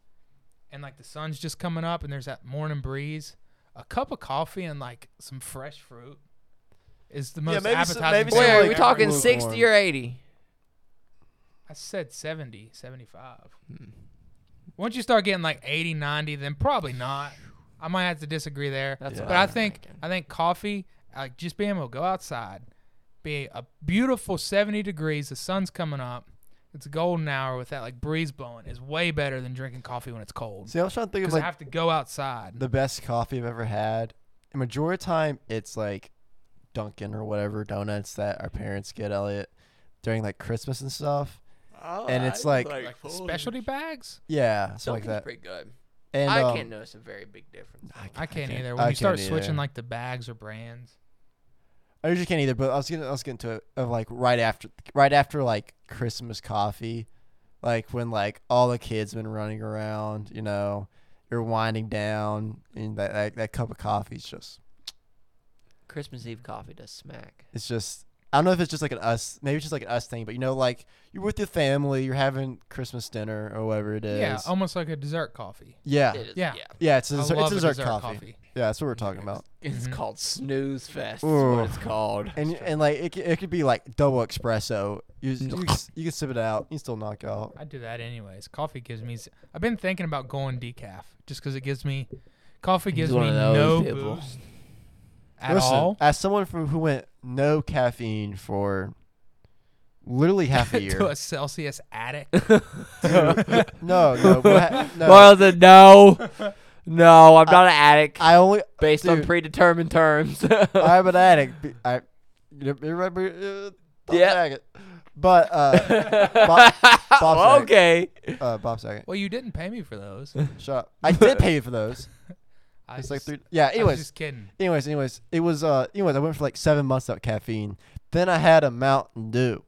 S2: and like the sun's just coming up and there's that morning breeze. A cup of coffee and like some fresh fruit is the most
S3: maybe s-
S2: appetizing
S3: maybe
S2: thing
S1: Wait,
S3: some,
S2: I've
S1: are
S3: like,
S1: we
S2: ever
S1: talking
S2: had.
S3: lukewarm.
S1: 60 or 80?
S2: I said 70, 75.
S3: Hmm.
S2: Once you start getting like 80, 90, then probably not. I might have to disagree there.
S1: That's
S3: Yeah.
S1: what
S2: but I
S1: was
S2: think
S1: thinking.
S2: I think coffee, like just being able to go outside, be a beautiful 70 degrees, the sun's coming up, it's a golden hour with that like breeze blowing is way better than drinking coffee when it's cold.
S3: See, I was trying to think of
S2: Because
S3: like
S2: I have to go outside.
S3: the best coffee I've ever had. The majority of the time, it's like Dunkin' or whatever donuts that our parents get Elliot during like Christmas and stuff. and it's like-
S2: like the specialty bags?
S3: Yeah, something
S1: Something's
S3: like that.
S1: pretty good.
S3: And
S1: I
S3: um,
S1: can't notice a very big difference.
S2: I can't either.
S3: I
S2: When you start
S3: can't
S2: switching
S3: either.
S2: like the bags or brands.
S3: I usually can't either, but I was getting I was getting to it of like right after right after like Christmas coffee, like when like all the kids been running around, you know, you're winding down, and that that, that cup of coffee's just
S1: Christmas Eve coffee does smack.
S3: it's just I don't know if it's just like an us maybe it's just like an us thing, but you know, like you're with your family, you're having Christmas dinner or whatever it is.
S2: Yeah, almost like a dessert coffee.
S3: yeah,
S1: It is, yeah.
S2: Yeah.
S3: yeah. It's a
S2: I
S3: dessert, it's
S2: love
S3: a
S2: a
S3: dessert,
S2: dessert
S3: coffee.
S2: coffee.
S3: Yeah, that's what we're talking about.
S1: It's
S2: Mhm.
S1: called Snooze Fest. Is
S3: Ooh.
S1: what it's called.
S3: And and like it, c- it could be like double espresso. You you, can s- you can sip it out. You can still knock out.
S2: I do that anyways. Coffee gives me. I've been thinking about going decaf just because it gives me. Coffee gives
S1: one
S2: me
S1: of those
S2: no
S1: people.
S2: boost at
S3: Listen,
S2: all.
S3: As someone from who went no caffeine for literally half a year.
S2: to a Celsius addict.
S3: no, no, what ha- no.
S1: Well, then no, no, I'm not an addict
S3: I only
S1: based on
S3: dude.
S1: predetermined terms.
S3: I'm an addict. Be- I you remember uh, Bob
S1: Yeah.
S3: Saget. But uh, Bob,
S2: Oh,
S3: Bob Saget.
S1: okay.
S3: Uh, Bob Saget.
S2: well, you didn't pay me for those.
S3: Shut up. I did pay you for those.
S2: I
S3: It's
S2: was
S3: like
S2: just,
S3: three.
S2: I
S3: Yeah.
S2: was
S3: Anyways.
S2: just kidding.
S3: Anyways. Anyways. It was. Uh. Anyways. I went for like seven months without caffeine. Then I had a Mountain Dew.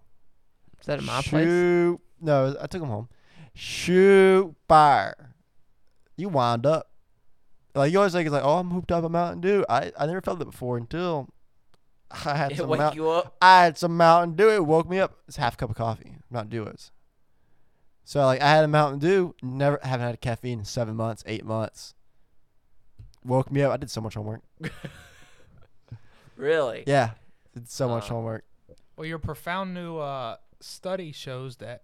S1: Is that at my place?
S3: Shoot. No, I took them home. Shoot fire. You wind up. Like you always think it's like, oh, I'm hooped up on Mountain Dew. I, I never felt that before until I had
S1: It
S3: some
S1: wake
S3: Mountain.
S1: you up.
S3: I had some Mountain Dew. It woke me up. It's half a cup of coffee. Mountain Dew is. So like I had a Mountain Dew. Never haven't had caffeine in seven months, eight months. Woke me up. I did so much homework.
S1: Really?
S3: Yeah, did so much
S1: Uh,
S3: homework.
S2: Well, your profound new uh, study shows that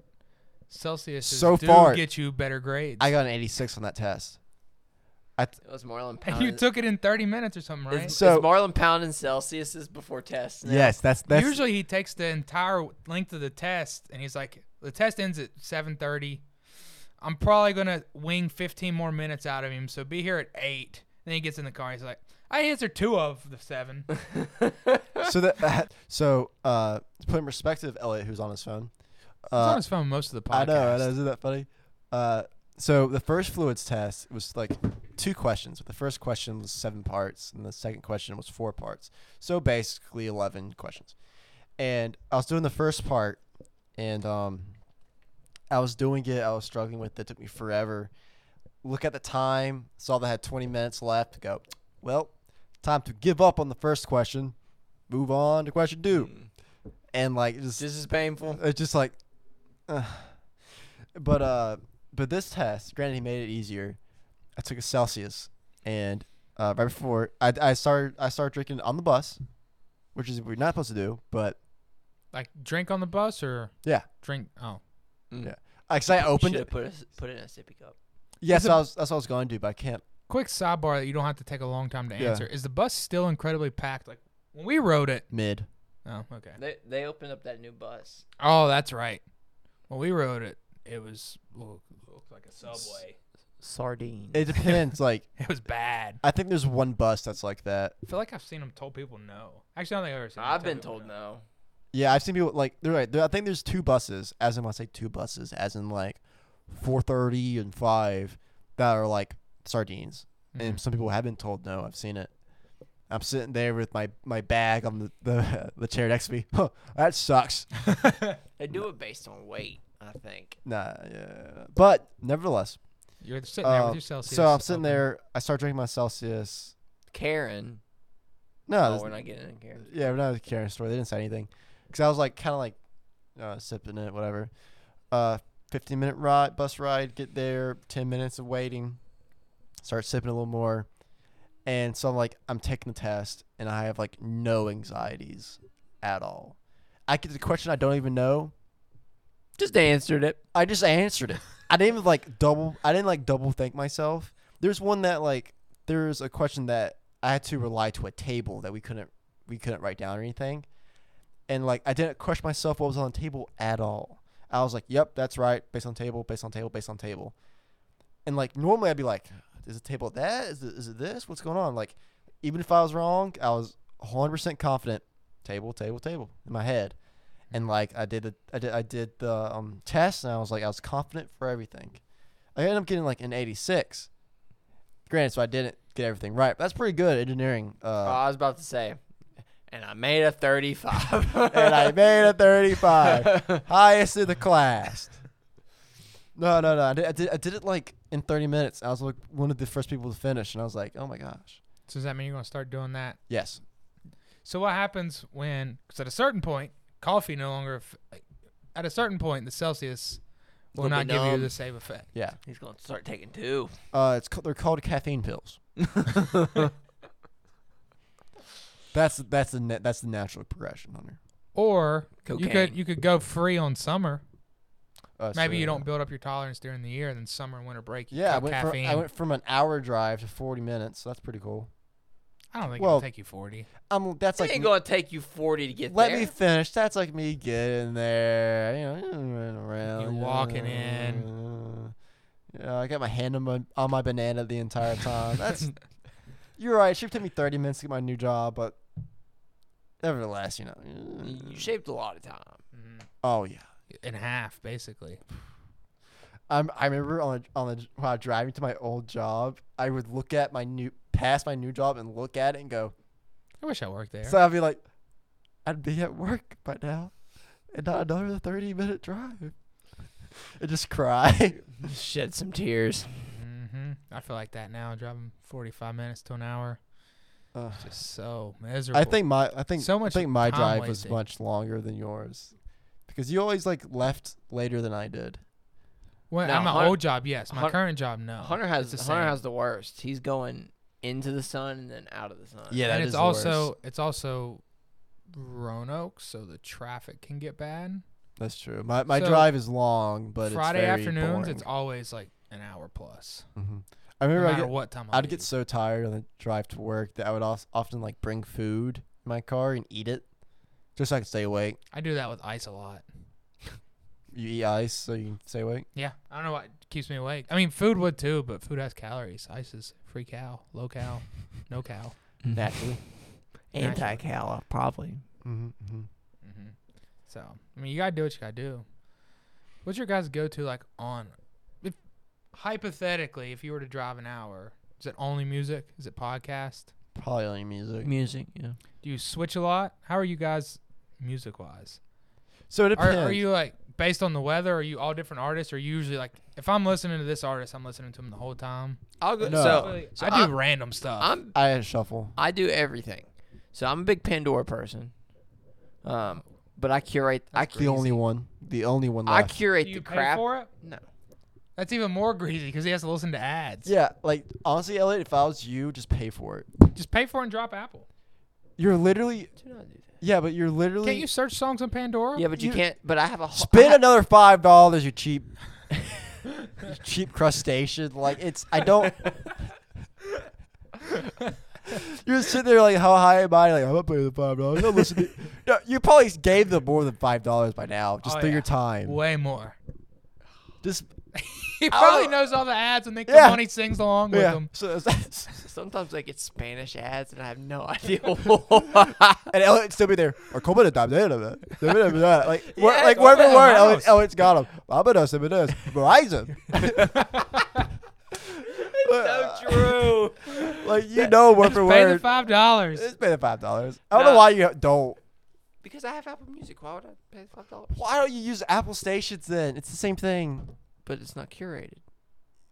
S2: Celsius
S3: So
S2: do
S3: far,
S2: get you better grades.
S3: I got an 86 on that test.
S1: It was Marlon Pound.
S2: and
S3: uh,
S2: you took it in 30 minutes or something, right?
S1: Is,
S3: So-
S1: is Marlon Pound in Celsius's before tests? now?
S3: Yes, that's that's
S2: Usually he takes the entire length of the test and he's like, the test ends at 7:30. I'm probably gonna wing 15 more minutes out of him, so be here at eight. Then he gets in the car. He's like, I answered two of the seven.
S3: Uh, so that so uh to put in perspective elliot who's on his phone
S2: He's on
S3: uh,
S2: his phone most of the podcast.
S3: i know i know isn't that funny uh so the first fluids test was like two questions but the first question was seven parts and the second question was four parts so basically 11 questions and i was doing the first part and um i was doing it i was struggling with it, it took me forever look at the time saw that i had 20 minutes left go well time to give up on the first question move on to question two and like just
S1: Hmm. This is painful.
S3: it's just like uh, but uh but this test granted he made it easier i took a celsius and uh, right before I, I started i started drinking on the bus which is we're not supposed to do but
S2: Like drink on the bus or
S3: Yeah.
S2: drink. Oh,
S3: like 'cause i opened
S1: Should have
S3: it
S1: put a, put it in a sippy cup.
S3: yes
S2: Is it-
S3: I was, that's what i was going to do but i can't
S2: quick sidebar that you don't have to take a long time to
S3: Yeah.
S2: answer. Is the bus still incredibly packed? Like when we rode it.
S3: mid
S2: Oh, okay.
S1: They they opened up that new bus.
S2: Oh, that's right. When we rode it, it was looked like a subway.
S1: sardine.
S3: It depends. like
S2: It was bad.
S3: I think there's one bus that's like that.
S2: I feel like I've seen him told people no. Actually, I don't think I've ever seen. 'em
S1: I've
S2: tell
S1: been
S2: people
S1: told no.
S3: Yeah, I've seen people like they're right. There, I think there's two buses, as in when I say two buses, as in like four thirty and five that are like sardines. And
S1: Mm-hmm.
S2: Mhm.
S3: some people have been told no. I've seen it. I'm sitting there with my, my bag on the, the the chair next to me. Huh, that sucks.
S1: They do it based on weight, I think.
S3: Nah, yeah. But nevertheless,
S2: You're sitting there
S3: um,
S2: with your Celsius.
S3: so I'm sitting
S2: open.
S3: there. I start drinking my Celsius.
S1: Karen.
S3: No,
S1: oh,
S3: there's-
S1: we're not getting in Karen.
S3: Yeah, we're not at the Karen store. They didn't say anything. Because I was like, kind of like uh, sipping it, whatever. Uh, 15 minute ride, bus ride, get there, 10 minutes of waiting, start sipping a little more. And so I'm like, I'm taking the test and I have like no anxieties at all. I get the question I don't even know.
S1: Just answered it.
S3: I just answered it. I didn't even like double, I didn't like double think myself. There's one that like, there's a question that I had to rely to a table that we couldn't we couldn't write down or anything. And like I didn't question myself what was on the table at all. I was like, Yep, that's right, based on table, based on table, based on table. And like normally I'd be like, Is the table that? Is it, is it this? What's going on? Like even if I was wrong, I was hundred percent confident. Table, table, table in my head. And like I did the I did I did the um test and I was like I was confident for everything. I ended up getting like an eighty six. Granted, so I didn't get everything right, but that's pretty good engineering
S1: Oh,
S3: uh,
S1: I was about to say. And I made a 35.
S3: and I made a 35, highest in the class. No, no, no. I did, I did, I did it like in 30 minutes. I was like one of the first people to finish, and I was like, oh my gosh.
S2: So does that mean you're gonna start doing that?
S3: Yes.
S2: So what happens when? Because at a certain point, coffee no longer. aff- like, At a certain point, the Celsius will
S1: It'll be
S2: not give you
S1: numb.
S2: the same effect.
S3: Yeah.
S1: He's going to start taking two.
S3: Uh, it's ca- they're called caffeine pills. that's that's the na- that's the natural progression, Hunter.
S2: Or you
S1: Cocaine.
S2: could you could go free on summer.
S3: Uh,
S2: Maybe
S3: so-
S2: you don't build up your tolerance during the year, and then summer and winter break. You
S3: Yeah, I
S2: cut
S3: went, from,
S2: caffeine.
S3: I went from an hour drive to 40 minutes. So that's pretty cool.
S2: I don't think
S3: well,
S2: it'll take you forty.
S3: Um, that's
S1: It's
S3: like
S1: ain't going to take you 40 to get
S3: Let
S1: there.
S3: me finish. That's like me getting there. You know, running around.
S2: You walking in.
S3: Yeah, I got my hand on my on my banana the entire time. That's you're right. It should take me 30 minutes to get my new job, but nevertheless, you know.
S1: You shaved a lot of time.
S2: Mhm.
S3: Oh yeah.
S2: In half, basically.
S3: I'm, I remember on a, on the when I was driving to my old job, I would look at my new past my new job and look at it and go.
S2: I wish I worked there.
S3: So I'd be like, I'd be at work by now, and not another 30 minute drive. And just cry.
S1: Shed some tears.
S2: hmm I feel like that now. Driving forty-five minutes to an hour,
S3: Uh,
S2: It's just so miserable.
S3: I think my I think
S2: So
S3: I
S2: much
S3: think my
S2: time
S3: drive was
S2: wasted.
S3: much longer than yours because you always like left later than I did.
S2: Well,
S1: No,
S2: at my
S1: Hunter-
S2: old job, yes. My
S1: Hunter-
S2: current job, no.
S1: Hunter has
S2: It's the
S1: Hunter
S2: same.
S1: has the worst. He's going into the sun and then out of the sun.
S3: Yeah,
S2: and it's also it's also Roanoke, so the traffic can get bad.
S3: that's true. My my
S2: So,
S3: drive is long, but
S2: Friday
S3: it's very
S2: afternoons,
S3: boring.
S2: it's always like an hour plus.
S3: Mhm. I
S2: No
S3: remember I
S2: matter
S3: get,
S2: what time I
S3: I'd get
S2: leave.
S3: so tired on the drive to work that I would also often like bring food in my car and eat it just so I could stay awake.
S2: I do that with ice a lot.
S3: You eat ice so you can stay awake.
S2: Yeah, I don't know what keeps me awake. I mean, food would too, but food has calories. Ice is free cal, low cal, no cal.
S3: Naturally.
S1: Anti-cal, probably.
S3: Mm-hmm, mm-hmm.
S2: hmm So I mean, you gotta do what you gotta do. What's your guys go to like on? If hypothetically, if you were to drive an hour, is it only music? Is it podcast?
S3: Probably only music.
S1: Music, yeah.
S2: Do you switch a lot? How are you guys music wise?
S3: So it
S2: Are,
S3: depends.
S2: are you like based on the weather? Are you all different artists? Or you usually like if I'm listening to this artist, I'm listening to him the whole time.
S1: I'll go.
S3: No.
S1: So,
S2: Really,
S1: so
S2: I do
S1: I'm-
S2: random stuff.
S1: I'm
S3: I shuffle.
S1: I do everything. So I'm a big Pandora person. Um, but I curate. I
S2: That's
S3: The only
S1: crazy.
S3: one. The only one
S1: I
S3: left.
S2: do
S1: curate
S2: you
S1: the
S2: pay
S1: crap.
S2: for it?
S1: No.
S2: That's even more greasy because he has to listen to ads.
S3: Yeah, like honestly, Elliot, if I was you, just pay for it.
S2: Just pay for it and drop Apple.
S3: You're literally,
S1: Do not do that.
S3: yeah, but you're literally.
S2: Can't you search songs on Pandora?
S1: Yeah, but you,
S3: You-
S1: can't. But I have a whole- I
S3: spend
S1: ha-
S3: another five dollars, you cheap, you cheap crustacean? Like it's, I don't. You're sitting there like, how high am I? Like, I'm not paying the five dollars. Don't listen to me. No, you probably gave them more than five dollars by now, just
S2: Oh,
S3: through
S2: yeah.
S3: your time.
S2: Way more.
S3: Just
S2: he probably
S1: Oh.
S2: knows all the ads and they come
S3: Yeah.
S2: on. He sings along with
S3: yeah.
S2: them.
S3: So it's-
S1: Sometimes I get Spanish ads and I have no idea why.
S3: and Elliot still be there. Or Coleman da- da- da- da- da- da- da- Like wor-
S1: Yeah,
S3: like word for
S2: Coleman
S3: word, Elliot,
S2: Ramos.
S3: Elliot's got him. Vamonos, vamonos, Verizon.
S1: so true.
S3: Like you know word for
S2: Pay the
S3: word.
S2: five dollars.
S3: It's been at five dollars. I don't know
S1: Nah.
S3: why you don't.
S1: Because I have Apple Music. Why would I pay five dollars?
S3: Why don't you use Apple stations then? It's the same thing.
S1: But it's not curated.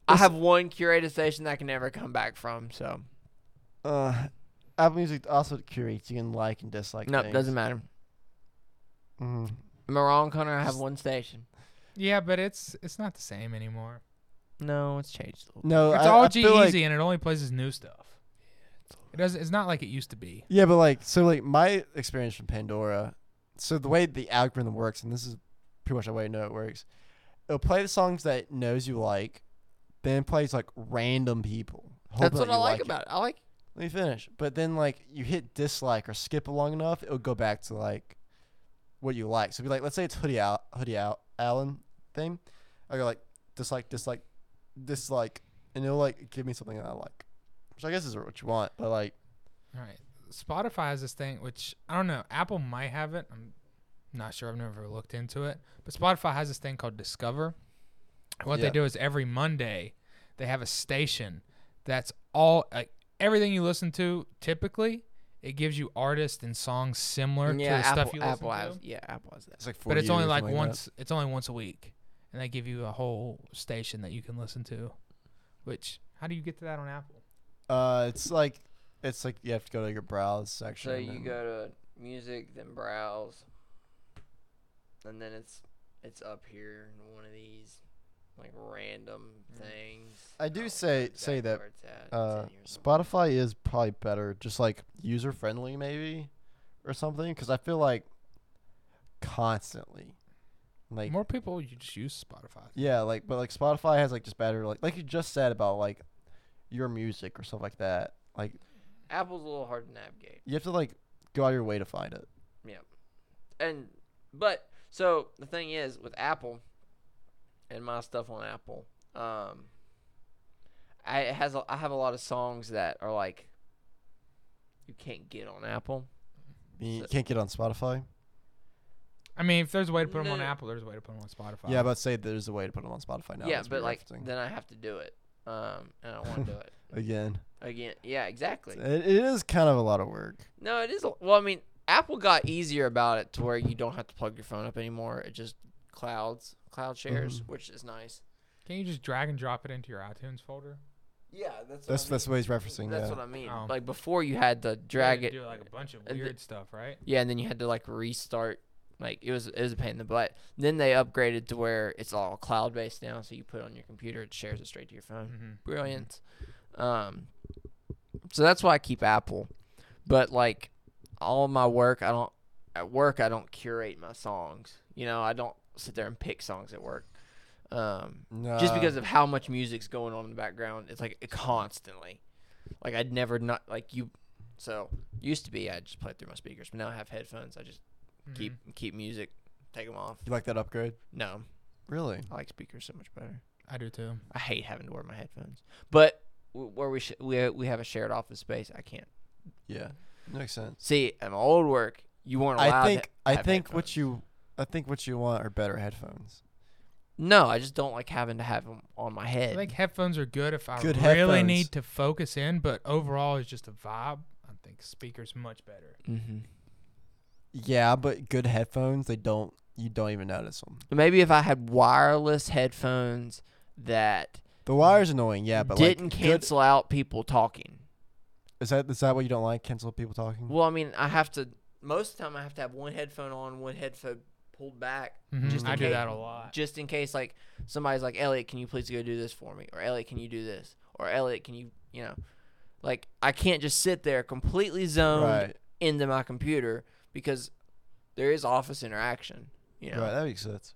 S1: I have one curated station that I can never come back from. So
S3: Uh, Apple Music also curates. You can like and dislike.
S1: no,
S3: things.
S1: doesn't matter.
S3: Mm.
S1: Am I wrong, Connor? I have one station.
S2: Yeah, but it's it's not the same anymore.
S1: No, it's changed a little.
S3: No,
S2: It's
S3: I,
S2: all
S3: I
S2: G
S3: feel like-
S2: Easy and it only plays his new stuff. It doesn't. It's not like it used to be.
S3: Yeah, but like, so like my experience from Pandora, so the way the algorithm works, and this is pretty much the way I know it works, it'll play the songs that it knows you like, then it plays like random people. hoping
S1: That's what
S3: that
S1: I
S3: you
S1: like
S3: it.
S1: about it. I like
S3: Let me finish. But then like you hit dislike or skip along enough, it'll go back to like what you like. So be like, let's say it's hoodie out, hoodie out, Allen thing. I go like dislike, dislike, dislike, and it'll like give me something that I like, which I guess is what you want. But like,
S2: All right. Spotify has this thing, which I don't know. Apple might have it. I'm not sure. I've never looked into it. But Spotify has this thing called Discover. And what
S3: Yeah.
S2: they do is every Monday, they have a station that's all like everything you listen to. Typically, it gives you artists and songs similar to
S1: yeah
S2: the
S1: Apple.
S2: stuff you
S1: Apple
S2: listen
S1: has
S2: to.
S1: yeah Apple has that.
S3: it's like for
S2: But it's
S3: you
S2: only
S3: or
S2: like
S3: something that.
S2: once. It's only once a week, and they give you a whole station that you can listen to. Which how do you get to that on Apple?
S3: Uh, it's like it's like you have to go to your browse section.
S1: So you
S3: and-
S1: go to music, then browse, and then it's it's up here in one of these like random things.
S3: Mm. I do
S1: don't
S3: say-
S1: know
S3: say
S1: exactly
S3: that,
S1: where it's at. It's
S3: Uh,
S1: in here somewhere.
S3: Spotify is probably better, just like user friendly maybe, or something. Because I feel like constantly, like
S2: More people you just use Spotify.
S3: yeah, like but like Spotify has like just better like like you just said about like your music or stuff like that. Like
S1: Apple's a little hard to navigate.
S3: you have to like go out of your way to find it.
S1: and but so the thing is with Apple and my stuff on Apple, um, I it has a, I have a lot of songs that are like you can't get on Apple.
S3: You
S1: So-
S3: can't get on Spotify.
S2: I mean, if there's a way to put them on
S1: No.
S2: Apple, there's a way to put them on Spotify.
S3: Yeah, but say there's a way to put them on Spotify now.
S1: yeah,
S3: that's what
S1: but
S3: you're
S1: like
S3: referencing.
S1: then I have to do it, um, and I don't want to do it
S3: again,
S1: again. Yeah, exactly.
S3: it, it is kind of a lot of work.
S1: No, it is. a- Well, I mean, Apple got easier about it to where you don't have to plug your phone up anymore. It just clouds, cloud shares,
S3: Mhm.
S1: which is nice.
S2: Can't you just drag and drop it into your iTunes folder?
S1: Yeah, that's
S3: That's that's what he's referencing.
S1: That's
S3: yeah.
S1: what I mean.
S2: Oh.
S1: Like before, you had to drag
S2: You
S1: it.
S2: Do like a bunch of
S1: and
S2: weird
S1: the-
S2: stuff, right?
S1: Yeah, and then you had to like restart. Like it was it was a pain in the butt. Then they upgraded to where it's all cloud based now, so you put it on your computer, it shares it straight to your phone.
S2: Mm-hmm.
S1: Brilliant. Um, so that's why I keep Apple. But like all my work, I don't at work I don't curate my songs. You know, I don't sit there and pick songs at work. Um, just
S3: Nah.
S1: because of how much music's going on in the background. It's like constantly. Like I'd never not like you. So used to be I just played through my speakers, but now I have headphones. I just keep keep music, take them off.
S3: You like that upgrade?
S1: No,
S3: Really?
S1: I like speakers so much better.
S2: I do too.
S1: I hate having to wear my headphones. But w- where we sh- we we have a shared office space, I can't
S3: Yeah, makes sense.
S1: see at my old work. You weren't allowed.
S3: I
S1: to
S3: think I
S1: have
S3: think
S1: headphones.
S3: what you I think what you want are better headphones.
S1: No, I just don't like having to have them on my
S2: I
S1: head.
S2: think headphones are good if I
S3: Good
S2: really
S3: headphones.
S2: need to focus in, but overall, it's just a vibe. I think speakers much better.
S1: mm-hmm.
S3: Yeah, but good headphones they don't you don't even notice them.
S1: Maybe if I had wireless headphones that
S3: The wire's annoying. Yeah, but
S1: didn't
S3: like, good-
S1: cancel out people talking.
S3: is that is that what you don't like? Cancel people talking.
S1: Well, I mean, I have to. Most of the time, I have to have one headphone on, one headphone pulled back,
S3: Mm-hmm.
S2: Mhm.
S1: Just
S2: I
S1: in
S2: do
S1: case-
S2: that a lot.
S1: just in case like somebody's like, Elliot, can you please go do this for me? Or Elliot, can you do this? Or Elliot, can you, you know, like I can't just sit there completely zoned
S3: right,
S1: into my computer because there is office interaction. You know,
S3: right. That makes sense.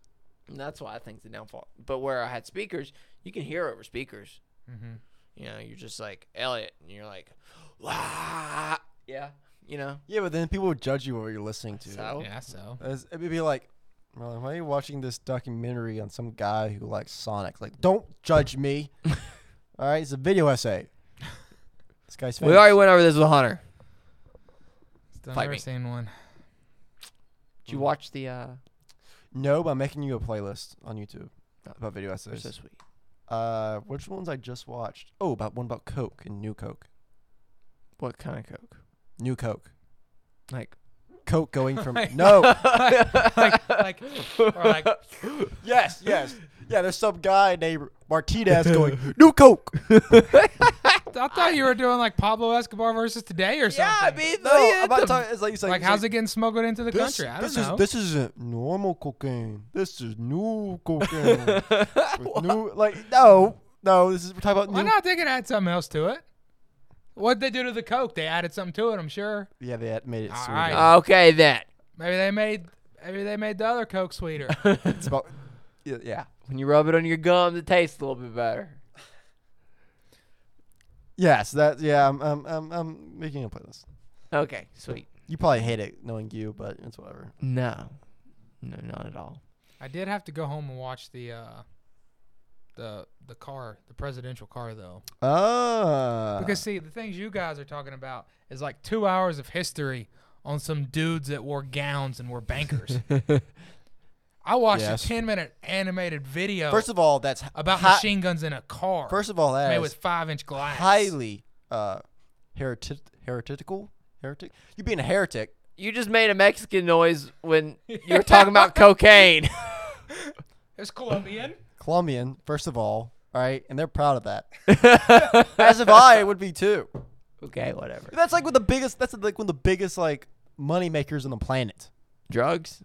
S1: and that's why I think it's the downfall. But where I had speakers, you can hear over speakers.
S2: hmm
S1: You know, you're just like Elliot, and you're like, Wah! yeah, you know.
S3: Yeah, but then people would judge you what you're listening to.
S1: So
S2: Yeah, so
S3: As- It'd be like, We're like, why are you watching this documentary on some guy who likes Sonic? Like, don't judge me. All right, it's a video essay. This guy's famous.
S1: We already went over this with Hunter.
S2: Still
S1: Fight
S2: never
S1: me.
S2: seen one.
S1: Did you watch the? uh
S3: no, but I'm making you a playlist on YouTube about video
S1: They're so
S3: essays.
S1: sweet.
S3: Uh, which ones I just watched? Oh, about one about Coke and New Coke.
S1: What kind of Coke?
S3: New Coke.
S1: Like
S3: Coke going from no.
S2: like, like, like, or like,
S3: Yes, yes, yeah. There's some guy named Martinez going New Coke.
S2: I thought you were doing like Pablo Escobar versus today or something.
S1: yeah, I mean,
S3: No,
S1: yeah,
S3: I'm not
S1: the-
S3: talking. It's like, it's like,
S2: like,
S3: it's
S2: how's it getting smuggled into the
S3: This,
S2: country? I don't
S3: this
S2: know.
S3: is this isn't normal cocaine. This is new cocaine. With new like no no. This is we're talking about
S2: Why
S3: new.
S2: not? They could add something else to it. What'd they do to the Coke? They added something to it, I'm sure.
S3: Yeah, they had made it
S2: All
S3: sweeter.
S2: right.
S1: okay then.
S2: Maybe they made maybe they made the other Coke sweeter.
S3: It's about yeah. yeah.
S1: When you rub it on your gums, it tastes a little bit better.
S3: Yes, that yeah. I'm I'm I'm, I'm making a playlist.
S1: Okay, sweet.
S3: You probably hate it knowing you, but it's whatever.
S1: No, no, not at all.
S2: I did have to go home and watch the uh the the car, the presidential car though.
S3: Ah.
S2: Because see, the things you guys are talking about is like 2 hours of history on some dudes that wore gowns and were bankers. I watched
S3: Yes.
S2: a 10-minute animated video
S3: first of all, that's
S2: about
S3: hi-
S2: machine guns in a car
S3: First of all,
S2: made
S3: that
S2: with
S3: is
S2: 5-inch glass.
S3: highly uh, heretic, heretical, heretic. You being a heretic.
S1: You just made a Mexican noise when you were talking about cocaine.
S2: It's Colombian.
S3: Colombian, first of all, all right, and they're proud of that. As if I would be too.
S1: okay, whatever.
S3: That's like one of the biggest. That's like one of the biggest like money makers on the planet.
S1: Drugs.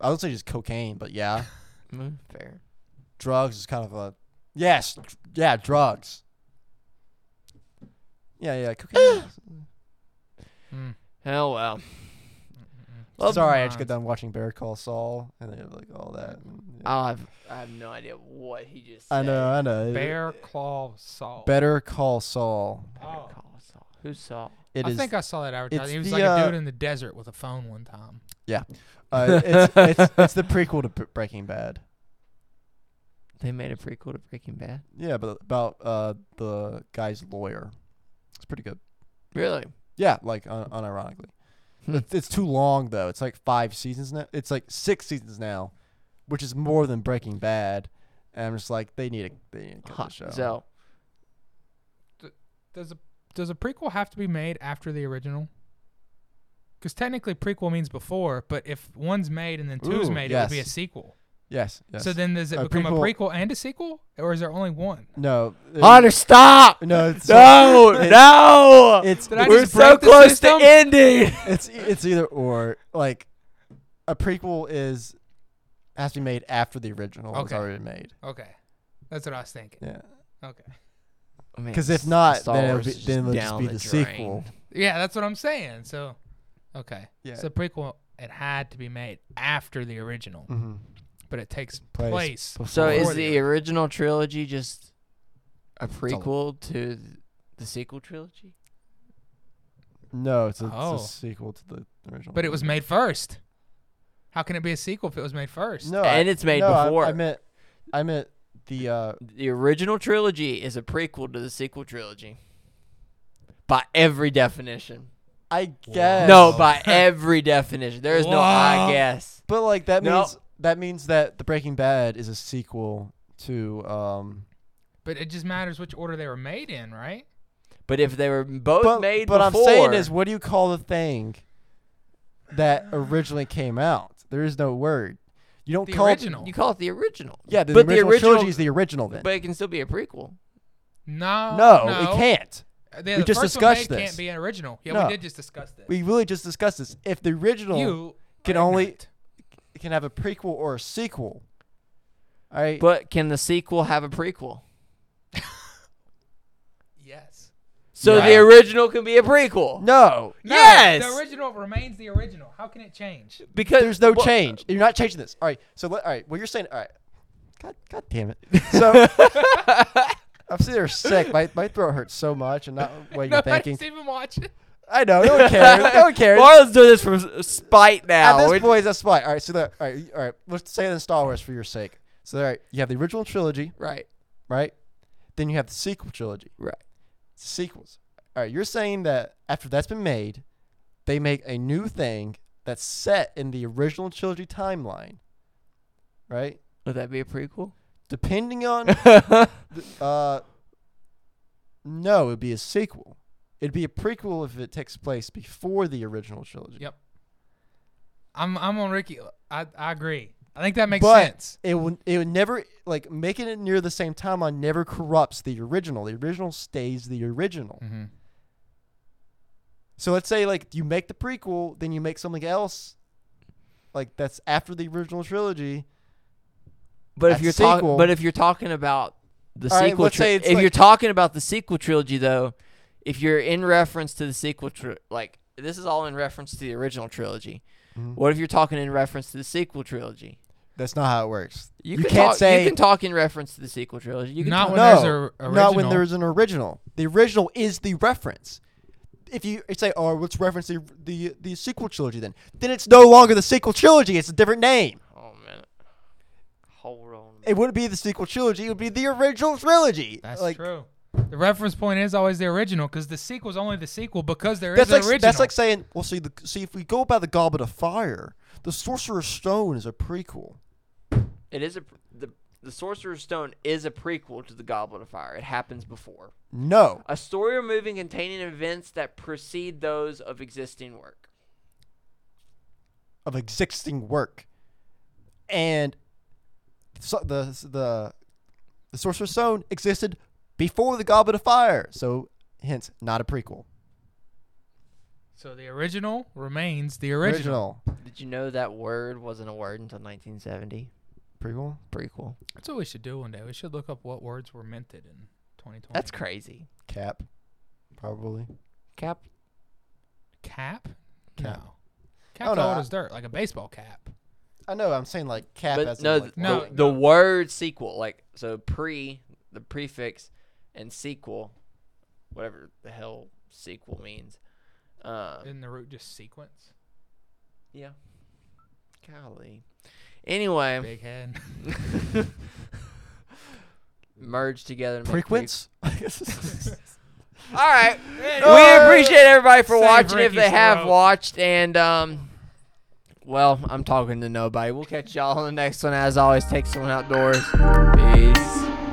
S3: I would say just cocaine, but yeah,
S1: Mm, fair.
S3: drugs is kind of a yes, dr- yeah, drugs. Yeah, yeah, cocaine. Hmm.
S1: Oh well. Mm-hmm.
S3: is- Sorry, I just
S2: mine.
S3: got done watching Bear Call Saul and then like all that. and,
S2: Oh,
S3: yeah.
S1: I have I have no idea what he just. Said.
S3: I know, I know.
S2: Bear claw salt.
S3: Better Call Saul.
S2: Oh.
S1: Call Saul. Who saw?
S3: It
S2: I
S3: is-
S2: think I saw that advertisement.
S3: it's
S2: He was
S3: the,
S2: like a
S3: uh,
S2: dude in the desert with a phone one time.
S3: yeah. Uh, it's, it's it's the prequel to Bre- Breaking Bad.
S1: They made a prequel to Breaking Bad.
S3: Yeah, but about uh the guy's lawyer. It's pretty good.
S1: Really?
S3: Yeah, like un- unironically.
S1: Hmm.
S3: It's, it's too long though. It's like five seasons now. It's like six seasons now, which is more than Breaking Bad. And I'm just like, they need a they need to cut
S1: Huh.
S3: the show.
S1: So
S2: Does a does a prequel have to be made after the original? Because technically prequel means before, but if one's made and then two's
S3: Ooh,
S2: made, it would be a
S3: yes.
S2: sequel.
S3: yes, yes.
S2: So then does it
S3: A
S2: become a
S3: prequel-
S2: prequel and a sequel, or is there only one?
S3: no, it-
S1: Hunter, stop!
S3: no, it's
S1: No,
S3: it-
S1: no!
S3: it's
S2: Did I
S1: We're
S2: just
S1: so
S2: break the
S1: close
S2: system?
S1: to ending.
S3: it's it's either or like a prequel is has to be made after the original was
S2: Okay.
S3: already made.
S2: Okay, that's what I was thinking.
S3: Yeah,
S2: Okay,
S1: Oh,
S3: because if not, then it'll be, then it'll just be the, sequel.
S2: yeah, that's what I'm saying. So, okay,
S3: Yeah.
S2: so prequel it had to be made after the original,
S3: Mm-hmm.
S2: but it takes place.
S3: Place.
S1: So
S2: Before
S1: is
S2: the
S1: the original trilogy just a prequel to th- the sequel trilogy?
S3: No, it's a,
S2: Oh.
S3: it's a sequel to the original.
S2: But it was made first. How can it be a sequel if it was made first?
S3: no,
S1: and
S3: I-
S1: it's made
S3: no, I-
S1: before.
S3: I, meant, I meant the uh,
S1: The original trilogy is a prequel to the sequel trilogy. By every definition.
S3: I guess
S1: No, by every definition. There is no I
S2: Whoa.
S1: guess.
S3: But like that
S1: No.
S3: means that means that the Breaking Bad is a sequel to um.
S2: But it just matters which order they were made in, right?
S1: But if they were both
S3: but
S1: made
S3: but
S1: before,
S3: I'm saying is, what do you call the thing that originally came out? There is no word. You don't
S2: The
S3: call it-
S2: original.
S1: you call it the original.
S3: yeah, the,
S1: But the
S3: original,
S1: original-
S3: trilogy is the original then.
S1: But it can still be a prequel.
S2: Uh, No. Uh,
S3: no, it can't.
S2: The,
S3: We
S2: the
S3: just
S2: first one
S3: discussed
S2: made
S3: this.
S2: can't be an original. Yeah,
S3: No.
S2: we did just discuss this.
S3: We really just discussed this. If the original
S2: you
S3: can
S2: are
S3: only-
S2: ignorant.
S3: can have a prequel or a sequel, all right.
S1: But can the sequel have a prequel?
S2: Yes.
S1: So the
S3: Yeah.
S1: original can be a prequel.
S3: no,
S2: No,
S1: Yes!
S2: The original remains the original. How can it change?
S1: because
S3: there's no
S1: well,
S3: change. You're not changing this. All right. So let- all right. Well, you're saying all right. God, God damn it. So I'm sitting there sick. My my throat hurts so much, and not what you're
S2: Nobody's
S3: thinking.
S2: even watching.
S3: I know. No one cares. No one cares.
S1: Marlon's doing this from s- spite now.
S3: At this
S1: We're-
S3: point, that's fine. All right, so that, all right, all right. Let's say it in Star Wars for your sake. So, all right, you have the original trilogy,
S1: right,
S3: right? Then you have the sequel trilogy.
S1: right.
S3: It's sequels. All right, you're saying that after that's been made, they make a new thing that's set in the original trilogy timeline, right?
S1: Would that be a prequel?
S3: Depending on, th- uh, no, it'd be a sequel. It'd be a prequel if it takes place before the original trilogy.
S2: Yep. I'm I'm on Ricky. I, I agree. I think that makes
S3: But-
S2: sense.
S3: It would it would never like making it near the same timeline never corrupts the original. The original stays the original.
S2: Mm-hmm.
S3: So let's say like you make the prequel, then you make something else, like that's after the original trilogy.
S1: But if
S3: That
S1: you're talking,
S3: sequel-
S1: but if you're talking about the
S3: All right,
S1: sequel,
S3: let's
S1: tri-
S3: say
S1: if
S3: it's
S1: you're
S3: like-
S1: talking about the sequel trilogy, though, if you're in reference to the sequel, tri- like this is all in reference to the original trilogy.
S3: Mm-hmm.
S1: What if you're talking in reference to the sequel trilogy?
S3: That's not how it works.
S1: You,
S3: You
S1: can
S3: can't
S1: talk,
S3: say-
S1: you can talk in reference to the sequel trilogy. You can
S2: Not
S1: talk-
S2: when
S3: no,
S2: there's a r-
S3: not when
S2: original.
S3: there's an original. The original is the reference. If you say, "Oh, let's reference the the, the sequel trilogy," then then it's no longer the sequel trilogy. It's a different name.
S1: Oh man, hold on.
S3: It wouldn't be the sequel trilogy. It would be the original trilogy.
S2: That's
S3: like,
S2: true. The reference point is always the original because the sequel's only the sequel because there is
S3: That's
S2: an
S3: like
S2: original.
S3: that's like saying, "Well, see, the, see, if we go by the Goblet of Fire, the Sorcerer's Stone is a prequel."
S1: It is a pr- the the Sorcerer's Stone is a prequel to the Goblet of Fire. It happens before
S3: No,
S1: a story or movie containing events that precede those of existing work.
S3: of existing work, and so the the the Sorcerer's Stone existed before the Goblet of Fire, so hence not a prequel.
S2: so the original remains the original.
S1: Did you know that word wasn't a word until 1970?
S3: prequel.
S1: Prequel.
S2: That's what we should do one day. We should look up what words were minted in 2020.
S1: That's crazy.
S3: Cap, probably.
S1: Cap.
S2: cap.
S3: Cap.
S2: No. Cap's
S3: Oh, no,
S2: old
S3: I-
S2: as dirt, like a baseball cap.
S3: I know. I'm saying like cap
S1: But
S3: as in,
S1: no,
S3: like,
S1: th-
S2: No.
S1: the, the word sequel, like so pre the prefix and sequel, whatever the hell sequel means. Uh,
S2: In the root, just sequence.
S1: yeah. Golly. Anyway,
S2: Big head.
S1: merge together. To make prequel.
S3: frequents.
S1: All right.
S3: Uh,
S1: we appreciate everybody for
S2: Save
S1: watching if
S2: Ricky's
S1: they have
S2: throat.
S1: watched and um well i'm talking to nobody we'll catch y'all on the next one as always take someone outdoors peace